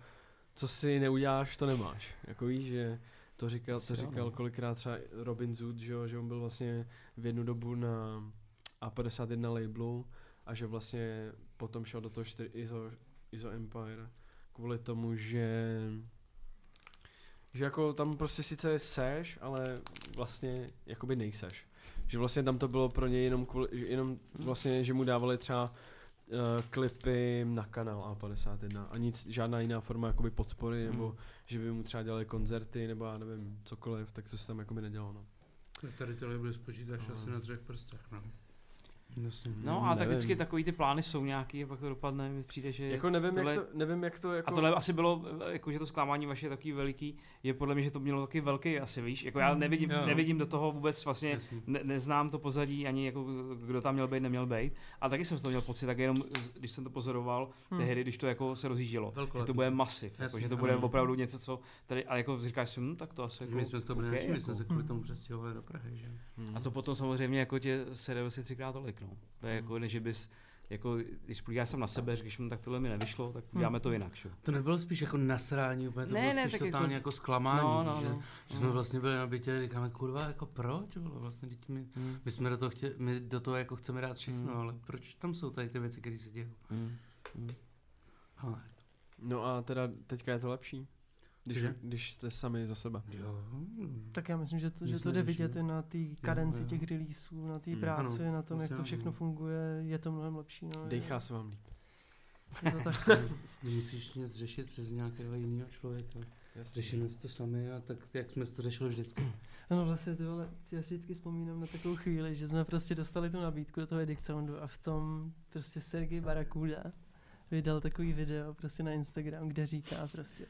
Speaker 1: co si neuděláš, to nemáš. Jako víš, že to říkal,
Speaker 2: Asi
Speaker 1: to
Speaker 2: jo,
Speaker 1: říkal
Speaker 2: no.
Speaker 1: kolikrát třeba Robin Zood, že, jo, že on byl vlastně v jednu dobu na A51 labelu a že vlastně potom šel do toho 4 ISO, ISO Empire kvůli tomu, že že jako tam prostě sice seš, ale vlastně jakoby nejseš. Že vlastně tam to bylo pro něj jenom kvůli, že jenom vlastně, že mu dávali třeba uh, klipy na kanál A51 a nic, žádná jiná forma jakoby podpory, nebo že by mu třeba dělali koncerty, nebo já nevím, cokoliv, tak to se tam jakoby nedělalo, no.
Speaker 3: tady to nebude spočítáš
Speaker 1: No. asi
Speaker 3: asi
Speaker 1: na
Speaker 3: na třech prstech, no. Jasně. Mm.
Speaker 2: No a tak
Speaker 1: Hmm, nevím.
Speaker 2: vždycky takový ty plány jsou nějaký a pak to dopadne, mi přijde, že...
Speaker 1: Jako nevím,
Speaker 2: tohle-
Speaker 1: jak to, nevím, jak to jako...
Speaker 2: A tohle asi bylo, eh, jako, že to zklamání vaše je takový veliký, je podle mě, že to mělo takový velký asi, víš, jako já nevidím,
Speaker 3: Hmm, Jo.
Speaker 2: nevidím do toho vůbec vlastně,
Speaker 3: Jasně.
Speaker 2: ne, neznám to pozadí ani jako, kdo tam měl být, neměl být, a taky jsem z toho měl pocit, tak jenom, z- když jsem to pozoroval,
Speaker 4: Hm.
Speaker 2: tehdy, když to jako se rozjíždělo, že to
Speaker 3: Velkolepý.
Speaker 2: bude masiv, jako,
Speaker 3: Hmm. Jasně,
Speaker 2: že to bude
Speaker 3: ano.
Speaker 2: opravdu něco, co tady, a jako říkáš si, hm, tak to asi jako,
Speaker 3: My jsme z toho byli
Speaker 2: OK,
Speaker 3: nadšení, my
Speaker 2: jako.
Speaker 3: jsme se kvůli
Speaker 4: Mhm.
Speaker 3: tomu přestěhovali do Prahy, že?
Speaker 1: Hmm.
Speaker 2: A to potom samozřejmě jako tě sere asi třikrát tolik, no. To je jako, než že bys, jako, když podíváš sám na sebe, říkáš mu, tak tohle mi nevyšlo, tak uděláme to jinak, že? jo.
Speaker 3: To nebylo spíš jako nasrání úplně, to
Speaker 2: Ne,
Speaker 3: ne, bylo
Speaker 2: ne,
Speaker 3: ne, spíš
Speaker 2: tak jak
Speaker 3: totálně
Speaker 2: to-
Speaker 3: to... jako zklamání,
Speaker 2: No, no,
Speaker 3: že,
Speaker 2: no.
Speaker 3: že jsme vlastně byli na bytě a říkáme, kurva, jako proč, vole, vlastně teď my,
Speaker 1: Hmm.
Speaker 3: my, jsme do toho, chtěli, my do toho jako chceme dát všechno,
Speaker 1: Mm.
Speaker 3: ale proč tam jsou tady ty věci, které se dějí?
Speaker 1: Hmm.
Speaker 3: Ale,
Speaker 1: No a teda teďka je to lepší, když,
Speaker 3: Cože?
Speaker 1: když jste sami za sebe.
Speaker 3: jo,
Speaker 4: tak já myslím, že to, že
Speaker 3: Nic
Speaker 4: to jde
Speaker 3: neřešíme.
Speaker 4: vidět i na té kadenci
Speaker 3: jo.
Speaker 4: těch releaseů, na té
Speaker 1: Mm.
Speaker 4: práci,
Speaker 3: Ano,
Speaker 4: na tom, jak
Speaker 3: jasně,
Speaker 4: to všechno
Speaker 3: ano.
Speaker 4: funguje, je to mnohem lepší. No, je-
Speaker 1: Dejchá se vám líp.
Speaker 4: je to tak.
Speaker 3: musíš nic řešit přes nějakého jiného člověka. Řešíme si to sami a tak, jak jsme si to řešili vždycky.
Speaker 4: No vlastně ty vole, si já si vždycky vzpomínám na takovou chvíli, že jsme prostě dostali tu nabídku do toho Edict Soundu a v tom prostě Sergej Barakuda vydal takový video prostě na Instagram, kde říká prostě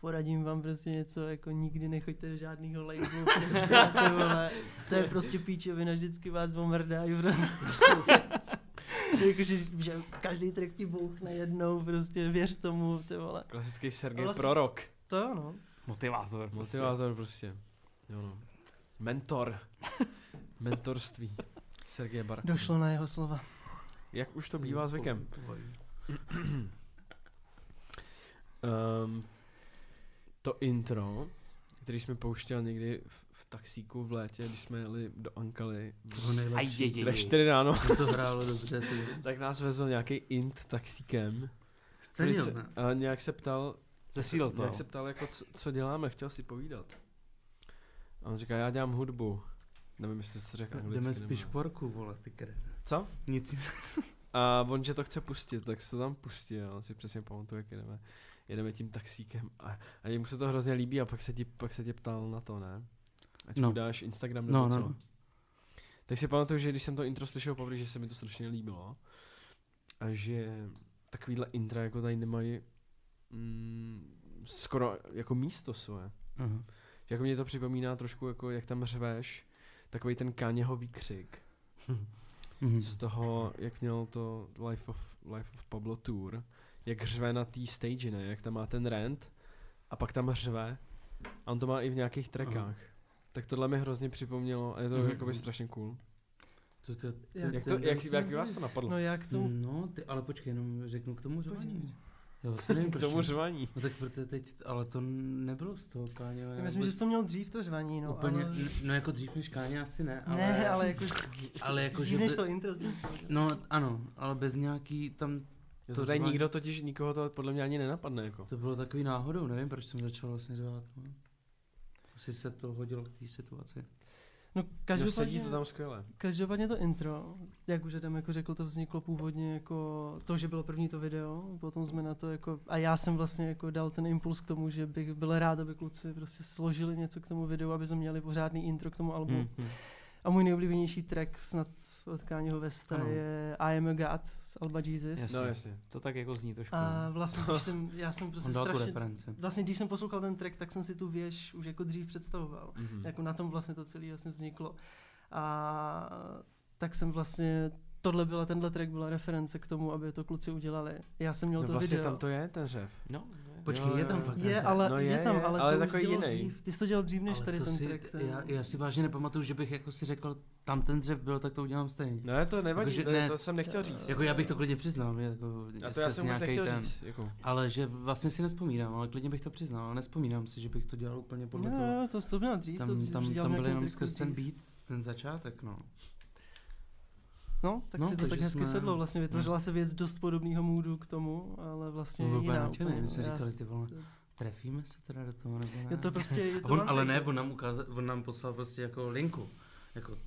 Speaker 4: poradím vám prostě něco, jako nikdy nechoďte do žádného labelu, prostě, ty vole, to je prostě píčovina, vždycky vás omrdají, prostě. Jakože že každý track ti bouchne jednou, prostě věř tomu, ty vole.
Speaker 1: Klasický Sergej
Speaker 2: Vlastně-
Speaker 4: Vlast-
Speaker 1: Prorok.
Speaker 4: To jo, no.
Speaker 2: Motivátor. prostě.
Speaker 1: Motivátor prostě. Jo no. Mentor. Mentorství. Sergeje Barak.
Speaker 4: Došlo na jeho slova.
Speaker 1: Jak už to bývá zvykem. Um, to intro, který jsme pouštěl někdy v, v taxíku v létě, když jsme jeli do Ankaly
Speaker 3: Toho nejlepší.
Speaker 2: Aj, je, je,
Speaker 1: ve
Speaker 2: je.
Speaker 1: 4 ráno,
Speaker 3: To hrálo dobře, ty.
Speaker 1: tak nás vezl nějaký int taxíkem. který
Speaker 3: Cenil,
Speaker 1: se-
Speaker 3: ne?
Speaker 1: A nějak se ptal,
Speaker 2: Zesílil to. no.
Speaker 1: Jak se ptal, jako, co, co děláme, chtěl si povídat. A on říká, já dělám hudbu. Nevím, jestli se řekl anglicky.
Speaker 3: Jdeme
Speaker 1: nebo-
Speaker 3: spíš k worku, vole, ty kret.
Speaker 1: Co?
Speaker 3: Nic
Speaker 1: A on, že to chce pustit, tak se to tam pustil. On si přesně pamatuje, jak jedeme, jedeme tím taxíkem. A, a jemu se to hrozně líbí a pak se ti, pak se tě ptal na to, ne? Ať no.
Speaker 3: No.
Speaker 1: mu dáš Instagram nebo
Speaker 3: No,
Speaker 1: co.
Speaker 3: no, no.
Speaker 1: Tak si pamatuju, že když jsem to intro slyšel poprvé, že se mi to strašně líbilo. A že takovýhle intra jako tady nemají mm, skoro jako místo svoje.
Speaker 3: Aha.
Speaker 1: Že jako mě to připomíná trošku, jako jak tam řveš, takový ten Káněho výkřik
Speaker 3: Mhm.
Speaker 1: z toho, jak měl to Life of, Life of Pablo Tour, jak řve na té stage, ne? Jak tam má ten rant a pak tam řve. A on to má i v nějakých trackách. Tak tohle mi hrozně připomnělo a je to
Speaker 3: Mhm.
Speaker 1: jakoby strašně cool.
Speaker 3: To, to,
Speaker 4: Jak
Speaker 1: Jak, to,
Speaker 3: ten-
Speaker 1: jak, jak vás to napadlo?
Speaker 4: No já k tomu
Speaker 3: No, ty, ale počkej, jenom řeknu k tomu
Speaker 4: Pojď.
Speaker 3: řvaní. Já vlastně nevím,
Speaker 1: K tomu
Speaker 3: proč-
Speaker 1: řvaní.
Speaker 3: No tak proto teď, ale to nebylo z toho Káně.
Speaker 4: Já myslím, že jsi to měl dřív to řvaní, no,
Speaker 3: úplně,
Speaker 4: ale...
Speaker 3: n- no jako dřív než Káně asi ne, ale...
Speaker 4: Ne, ale jako,
Speaker 3: ale jako,
Speaker 4: dřív
Speaker 3: že
Speaker 4: než
Speaker 3: by-
Speaker 4: to intro.
Speaker 3: No ano, ale bez nějaký tam,
Speaker 1: To,
Speaker 3: To
Speaker 1: tady
Speaker 3: řvaní-
Speaker 1: nikdo totiž, nikoho to podle mě ani nenapadne jako.
Speaker 3: to bylo takový náhodou, nevím, proč jsem začal vlastně řvát. No. Asi se to hodilo k té situaci.
Speaker 4: No
Speaker 1: No,
Speaker 4: každopádně,
Speaker 1: sedí to tam skvěle.
Speaker 4: každopádně to intro, jak už Adam jako řekl, to vzniklo původně jako to, že bylo první to video, potom jsme na to jako, a já jsem vlastně jako dal ten impuls k tomu, že bych byl rád, aby kluci prostě složili něco k tomu videu, aby jsme měli pořádný intro k tomu albu.
Speaker 2: Hmm. Hmm.
Speaker 4: A můj nejoblíbenější track snad od Kányho Vesta
Speaker 2: Ano.
Speaker 4: je I Am A God z Alba Jesus.
Speaker 2: Jasně.
Speaker 1: No jasně.
Speaker 2: To tak jako zní trošku.
Speaker 4: A vlastně, když jsem, já jsem prostě
Speaker 3: On dal tu
Speaker 4: strašně,
Speaker 3: referenci.
Speaker 4: vlastně když jsem poslouchal ten track, tak jsem si tu věž už jako dřív představoval.
Speaker 3: Hmm.
Speaker 1: Mhm.
Speaker 4: Jako na tom vlastně to celé vlastně vzniklo. A tak jsem vlastně, tohle byla, tenhle track byla reference k tomu, aby to kluci udělali. Já jsem měl
Speaker 1: No
Speaker 4: to
Speaker 1: vlastně
Speaker 4: video.
Speaker 1: tam to je, ten řev.
Speaker 2: No, ne.
Speaker 3: Počkej,
Speaker 1: Jo,
Speaker 3: je
Speaker 1: jo,
Speaker 3: tam
Speaker 1: jo.
Speaker 3: fakt
Speaker 4: je,
Speaker 3: ten
Speaker 4: ale,
Speaker 1: No
Speaker 4: je,
Speaker 1: je,
Speaker 4: tam,
Speaker 1: je,
Speaker 4: ale,
Speaker 1: ale
Speaker 4: to
Speaker 1: takový
Speaker 4: už dělal
Speaker 1: jiný.
Speaker 4: dřív. Ty jsi to dělal dřív než
Speaker 3: Ale
Speaker 4: tady
Speaker 3: to
Speaker 4: ten
Speaker 3: si,
Speaker 4: track. Ten...
Speaker 3: já, já, si vážně nepamatuju, že bych jako si řekl, tam ten dřev byl, tak to udělám stejně.
Speaker 1: Ne, No, to nevadí,
Speaker 3: Jakože
Speaker 1: to,
Speaker 3: ne-
Speaker 1: to jsem nechtěl říct.
Speaker 3: Jako já bych to klidně přiznal. je Jako,
Speaker 1: A to
Speaker 3: skrz
Speaker 1: já jsem vůbec
Speaker 3: nějakej
Speaker 1: nechtěl říct. Jako.
Speaker 3: Ale že vlastně si nespomínám, ale klidně bych to přiznal, ale nespomínám si, že bych to dělal úplně podle
Speaker 4: No,
Speaker 3: toho.
Speaker 4: jo, to, to bylo dřív. to,
Speaker 3: Tam,
Speaker 4: už
Speaker 3: tam,
Speaker 4: dělal
Speaker 3: tam byl
Speaker 4: nějaký
Speaker 3: jenom
Speaker 4: track
Speaker 3: skrz ten
Speaker 4: jako dřív.
Speaker 3: beat, ten začátek, no.
Speaker 4: No, tak
Speaker 3: No,
Speaker 4: no, si to
Speaker 3: takže
Speaker 4: tak hezky
Speaker 3: jsme-
Speaker 4: jsme... sedlo. Vlastně vytvořila se věc dost podobného můdu k tomu, ale vlastně
Speaker 3: On byl úplně
Speaker 4: jiná.
Speaker 3: nadšený, když se
Speaker 4: Já
Speaker 3: říkali,
Speaker 4: s-
Speaker 3: ty vole, trefíme se teda do toho, nebo ne?
Speaker 4: Je to prostě... Je
Speaker 3: A
Speaker 4: to
Speaker 3: on,
Speaker 4: vám
Speaker 3: ale
Speaker 4: tak-
Speaker 3: ne, on nám, ukázal, on nám poslal prostě jako linku. Jako uh,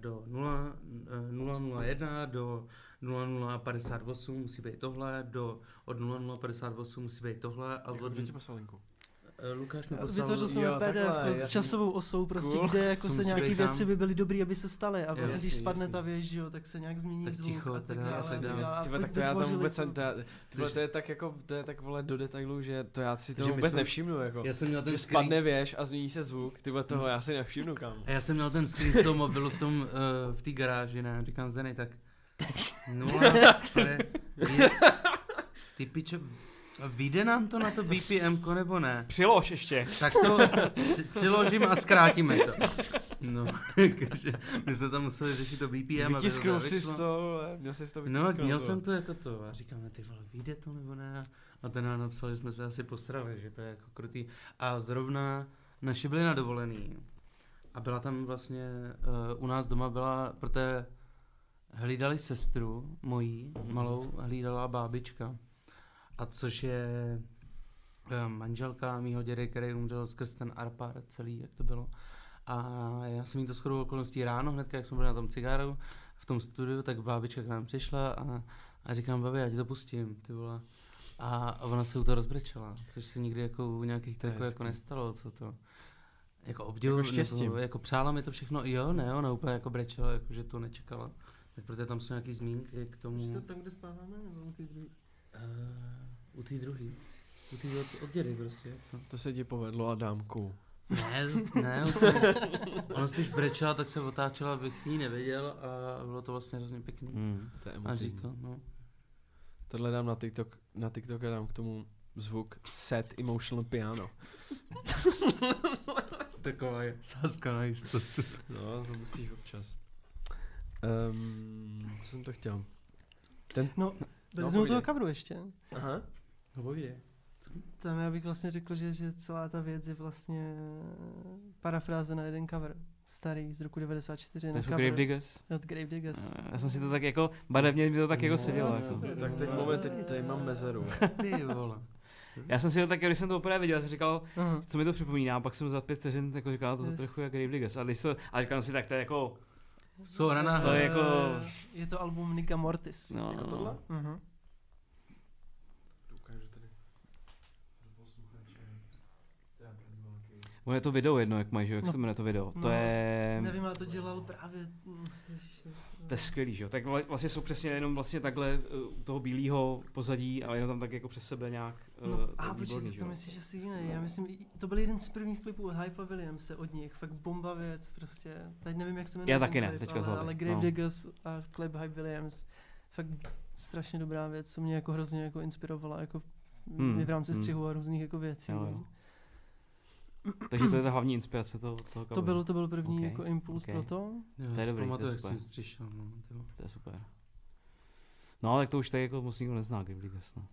Speaker 3: do 0, uh, 001, do 0058 musí být tohle, do od 0058 musí být tohle a
Speaker 1: Jako,
Speaker 3: od,
Speaker 1: kdo ti poslal linku?
Speaker 3: eh, Lukáš mi poslal...
Speaker 4: Vytvořil jsem
Speaker 1: jo, takhle,
Speaker 4: PDF jako s
Speaker 1: jasný.
Speaker 4: časovou osou, prostě,
Speaker 1: Cool.
Speaker 4: kde jako
Speaker 3: Co
Speaker 4: se
Speaker 3: musí
Speaker 4: nějaké
Speaker 3: být tam.
Speaker 4: věci by byly dobré, aby se staly. A
Speaker 3: Jo,
Speaker 4: vlastně, když
Speaker 1: jasný,
Speaker 4: spadne
Speaker 1: jasný.
Speaker 4: ta věž, že jo, tak se nějak změní
Speaker 3: Tak
Speaker 4: zvuk.
Speaker 3: ticho,
Speaker 4: a
Speaker 3: teda,
Speaker 4: tak dále,
Speaker 3: a tak
Speaker 4: a
Speaker 3: dále.
Speaker 4: dále.
Speaker 1: Ty
Speaker 4: A
Speaker 1: vole, tak to já tam
Speaker 4: vytvořili
Speaker 1: vůbec
Speaker 4: to.
Speaker 1: jsem, to, já- ty vole,
Speaker 3: Takže-
Speaker 1: to je tak jako, to je tak vole do detailu, že to já si to
Speaker 3: Že my
Speaker 1: vůbec
Speaker 3: jsme-
Speaker 1: nevšimnu, jako.
Speaker 3: Já jsem měl ten
Speaker 1: Že
Speaker 3: screen- Hmm.
Speaker 1: spadne věž a změní se zvuk, ty vole, toho já si nevšimnu, kam.
Speaker 3: A já jsem měl ten screen z toho mobilu v tom, uh, v té garáži, ne, říkám Zdeny, tak... No, ale... Je, ty pičo, vyjde nám to na to BPM, nebo ne?
Speaker 2: Přilož ještě.
Speaker 3: Tak to při- přiložím a zkrátíme to. No, takže my jsme tam museli řešit to BPM. aby to
Speaker 1: Vytisknul
Speaker 3: teda
Speaker 1: jsi
Speaker 3: vyšlo.
Speaker 1: z toho, vole, měl jsi z toho
Speaker 3: No,
Speaker 1: vytisknout,
Speaker 3: měl
Speaker 1: vole.
Speaker 3: jsem to jako to a říkáme, ty vole, vyjde to nebo ne? A ten nám napsal, že jsme se asi posrali, že to je jako krutý. A zrovna naši byli na dovolený. A byla tam vlastně, uh, u nás doma byla, protože hlídali sestru mojí, malou, hlídala bábička. A což je eh, manželka mýho dědy, který umřel skrz ten arpár celý, jak to bylo. A já jsem jí to shodou okolností ráno, hned jak jsme byli na tom cigáru, v tom studiu, tak bábička k nám přišla a, a říkám, babi, já ti to pustím, ty vole. A, a ona se u toho rozbrečela, což se nikdy jako u nějakých taků
Speaker 1: Hezký.
Speaker 3: jako nestalo, co to. Jako obdivu,
Speaker 1: Jako štěstím.
Speaker 3: Nebo, jako přála mi to všechno, jo, ne, ona úplně jako brečela, jako že to nečekala. Tak protože tam jsou nějaký zmínky k tomu.
Speaker 4: Už to tam, kde spáváme, nebo u té druhé?
Speaker 3: Uh, u té druhé. U té od, od dědy prostě. No.
Speaker 1: To se ti povedlo, Adámku.
Speaker 3: Ne, z- ne, úplně. ona spíš brečela, tak se otáčela, abych ji nevěděl a bylo to vlastně hrozně pěkný.
Speaker 2: Hmm.
Speaker 1: To je
Speaker 3: A
Speaker 1: emotivní.
Speaker 3: říkal, no.
Speaker 1: Tohle dám na TikTok, na TikTok a dám k tomu zvuk set emotional piano.
Speaker 3: Taková je sázka na jistotu.
Speaker 1: No, to musíš občas. Um, co jsem to chtěl?
Speaker 4: No,
Speaker 1: No,
Speaker 4: byli jsme u toho
Speaker 1: povídej.
Speaker 4: coveru ještě.
Speaker 1: Aha.
Speaker 3: No povídej.
Speaker 4: Tam já bych vlastně řekl, že, že celá ta věc je vlastně parafráze na jeden cover. Starý, z roku 94
Speaker 2: To
Speaker 4: na
Speaker 2: jsou
Speaker 4: cover.
Speaker 2: Gravediggers.
Speaker 4: Od Gravediggers.
Speaker 2: Já jsem si to tak jako, barevně mi to tak jako
Speaker 3: No,
Speaker 2: sedělo.
Speaker 4: no,
Speaker 2: Jako.
Speaker 4: super.
Speaker 1: Tak teď moment, teď tady mám mezeru.
Speaker 3: Ty vole.
Speaker 2: Já jsem si to tak, když jsem to poprvé viděl, jsem říkal,
Speaker 4: Aha.
Speaker 2: co mi to připomíná, pak jsem za pět vteřin jako říkal, to yes.
Speaker 4: Yes.
Speaker 2: trochu jak Gravediggers. A, když to, a říkal jsem si, tak to je jako,
Speaker 3: Jsou raná.
Speaker 2: To je jako-
Speaker 4: Je to album Nika Mortis.
Speaker 2: no,
Speaker 1: Jako tohle?
Speaker 4: Mhm.
Speaker 1: Ukážu tady.
Speaker 2: Ono je to video jedno, jak mají, že jo, jak
Speaker 4: No.
Speaker 2: se to jmenuje to video. To
Speaker 4: No.
Speaker 2: je...
Speaker 4: Nevím, ale to dělal právě... mm, ježiši.
Speaker 2: To je skvělý, že jo. Tak vla- vlastně jsou přesně jenom vlastně takhle eh, u toho bílého pozadí a jenom tam tak jako přes sebe nějak.
Speaker 4: No,
Speaker 2: eh,
Speaker 4: a
Speaker 2: tak
Speaker 4: počkej,
Speaker 2: výborný,
Speaker 4: ty
Speaker 2: že
Speaker 4: to
Speaker 2: jo.
Speaker 4: myslíš asi jiný. Já myslím, i- to byl jeden z prvních klipů od Hypa Williamse od nich. Fakt bomba věc prostě. Teď nevím, jak se jmenuje.
Speaker 2: Já
Speaker 4: ten
Speaker 2: taky ne,
Speaker 4: klip,
Speaker 2: teďka
Speaker 4: ale,
Speaker 2: z hlavy,
Speaker 4: Ale
Speaker 2: no.
Speaker 4: Grave Diggers a klip Hype Williams. Fakt strašně dobrá věc, co mě jako hrozně jako inspirovala. Jako
Speaker 2: Hmm,
Speaker 4: hmm. v rámci
Speaker 2: hmm.
Speaker 4: střihu a různých jako věcí.
Speaker 2: Jo,
Speaker 4: Jo,
Speaker 2: jo. Takže to je ta hlavní inspirace toho, toho
Speaker 4: To
Speaker 2: coveru.
Speaker 4: byl, to byl první
Speaker 2: Ok,
Speaker 4: jako impuls
Speaker 2: ok.
Speaker 4: pro to.
Speaker 3: Jo,
Speaker 2: To je
Speaker 3: si
Speaker 2: dobrý,
Speaker 3: pamatuju,
Speaker 2: to je
Speaker 3: jak
Speaker 2: super.
Speaker 3: jsem přišel, no. ty vole.
Speaker 2: To je super. No, tak to už tak jako moc nikdo nezná, Ghibli no.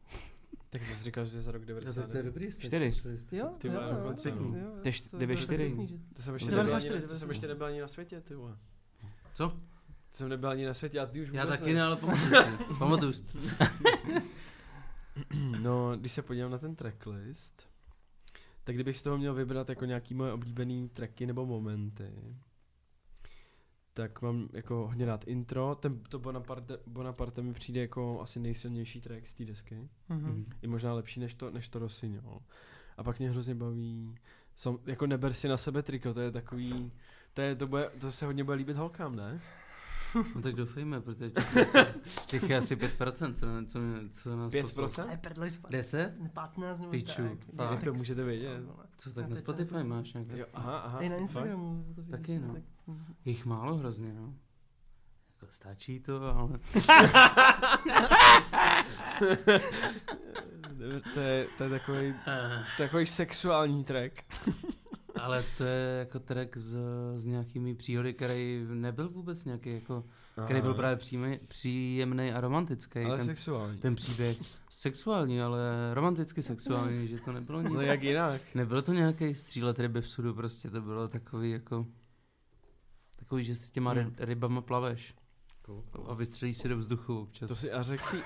Speaker 1: Tak to jsi říkal, že je za rok
Speaker 3: Jo, tak No, to je
Speaker 1: 90.
Speaker 3: dobrý, jste
Speaker 2: Čtyři.
Speaker 3: přišli, jste-
Speaker 4: Jo,
Speaker 1: Ty
Speaker 4: jo,
Speaker 1: vole,
Speaker 4: jo,
Speaker 1: koncept, no.
Speaker 4: jo,
Speaker 2: To je št-
Speaker 4: to- to
Speaker 2: devět
Speaker 4: tak
Speaker 2: čtyři.
Speaker 4: pěkný, že-
Speaker 1: To jsem ještě nebyl
Speaker 4: 94,
Speaker 1: ani, to jsem
Speaker 4: 94.
Speaker 1: ještě nebyl ani na světě, ty vole.
Speaker 3: Co?
Speaker 1: To jsem nebyl ani na světě a ty už
Speaker 3: Já
Speaker 1: vůbec
Speaker 3: taky ne, ale pamatuju si. Pamatuju si.
Speaker 1: No, když se podívám na ten tracklist, tak kdybych z toho měl vybrat jako nějaký moje oblíbený tracky nebo momenty, tak mám jako hodně rád intro. Ten, to Bonaparte, Bonaparte mi přijde jako asi nejsilnější track z té desky.
Speaker 4: Mhm.
Speaker 3: Mhm.
Speaker 1: Je možná lepší než to, než to Rosin, jo. A pak mě hrozně baví, sam, jako neber si na sebe triko, to je takový, to, je, to, bude, to se hodně bude líbit holkám, ne?
Speaker 3: No tak doufejme, protože těch, je asi- těch je asi 5%, co, na- co, mě- co nás poslouchá.
Speaker 1: 5%?
Speaker 4: Ale prdlo, jsi fakt-
Speaker 3: 10?
Speaker 4: 15 nebo
Speaker 3: Piču,
Speaker 4: tak.
Speaker 3: fakt.
Speaker 1: Jak to můžete vědět?
Speaker 3: Co tak
Speaker 4: Na
Speaker 3: na
Speaker 4: 5%?
Speaker 3: Spotify máš nějaké?
Speaker 1: Jo, aha, aha.
Speaker 4: I na
Speaker 1: fakt?
Speaker 4: Instagramu. to vidíš,
Speaker 3: Taky, no.
Speaker 4: tak- mhm.
Speaker 3: Je Jich málo hrozně, no. Jako stačí to, ale...
Speaker 1: to, je, to je takový,
Speaker 3: Eh.
Speaker 1: takový sexuální track.
Speaker 3: Ale to je jako track z, z nějakými příhody, který nebyl vůbec nějaký jako, který byl právě příjemný, příjemný a romantický.
Speaker 1: No. Ale
Speaker 3: ten,
Speaker 1: sexuální.
Speaker 3: ten příběh sexuální, ale romanticky sexuální, že to nebylo nic.
Speaker 1: No jak jinak?
Speaker 3: Nebylo to nějaký střílet ryby v sudu, prostě to bylo takový jako, takový, že si s těma ry,
Speaker 1: Hmm.
Speaker 3: rybama plaveš a vystřelíš si do vzduchu občas.
Speaker 1: To si, a řek si,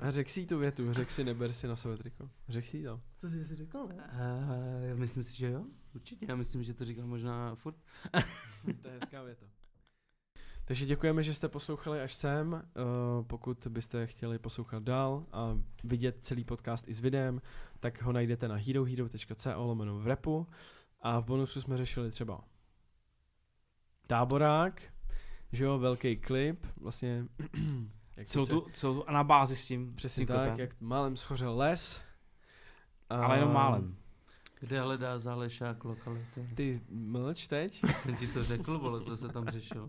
Speaker 1: a řek si tu větu, řek si neber si na sebe triko. Řek si ji to.
Speaker 4: To jsi si řekl, ne?
Speaker 3: Eh, já myslím si, že jo, určitě, já myslím, že to říkal možná furt.
Speaker 1: Hm, To je hezká věta. Takže děkujeme, že jste poslouchali až sem. Eh, Pokud byste chtěli poslouchat dál a vidět celý podcast i s videem, tak ho najdete na herohero.co lomeno v repu. A v bonusu jsme řešili třeba táborák, že jo, velký klip, vlastně... jak
Speaker 2: Celou
Speaker 1: to-
Speaker 2: tu, celou tu anabázi s tím. s
Speaker 1: Přesně
Speaker 2: tím
Speaker 1: tak,
Speaker 2: klipem.
Speaker 1: jak málem schořel les. A
Speaker 2: Ale jenom málem.
Speaker 3: Kde hledá zálešák lokality?
Speaker 1: Ty mlč teď.
Speaker 3: Jsem ti to řekl, vole, co se tam řešilo.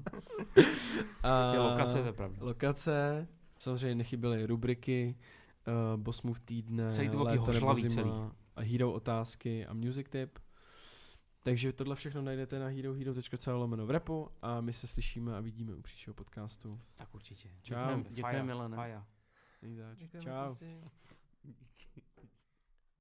Speaker 1: A Eh,
Speaker 2: Ty lokace, to je pravda.
Speaker 1: Lokace, samozřejmě nechyběly rubriky, uh, Boss Move týdne,
Speaker 2: Celý to bylo
Speaker 1: léto
Speaker 2: taky
Speaker 1: nebo
Speaker 2: hořlavý
Speaker 1: zima,
Speaker 2: celý.
Speaker 1: a hero otázky a music tip. Takže tohle všechno najdete na herohero.co lomeno v repu a my se slyšíme a vidíme u příštího podcastu.
Speaker 2: Tak určitě.
Speaker 1: Čau.
Speaker 3: Děkujeme, děkujeme, Milane.
Speaker 2: Faja.
Speaker 4: Jako,
Speaker 1: Není zač.
Speaker 4: no, Děkujeme,
Speaker 1: Čau.
Speaker 4: kluci.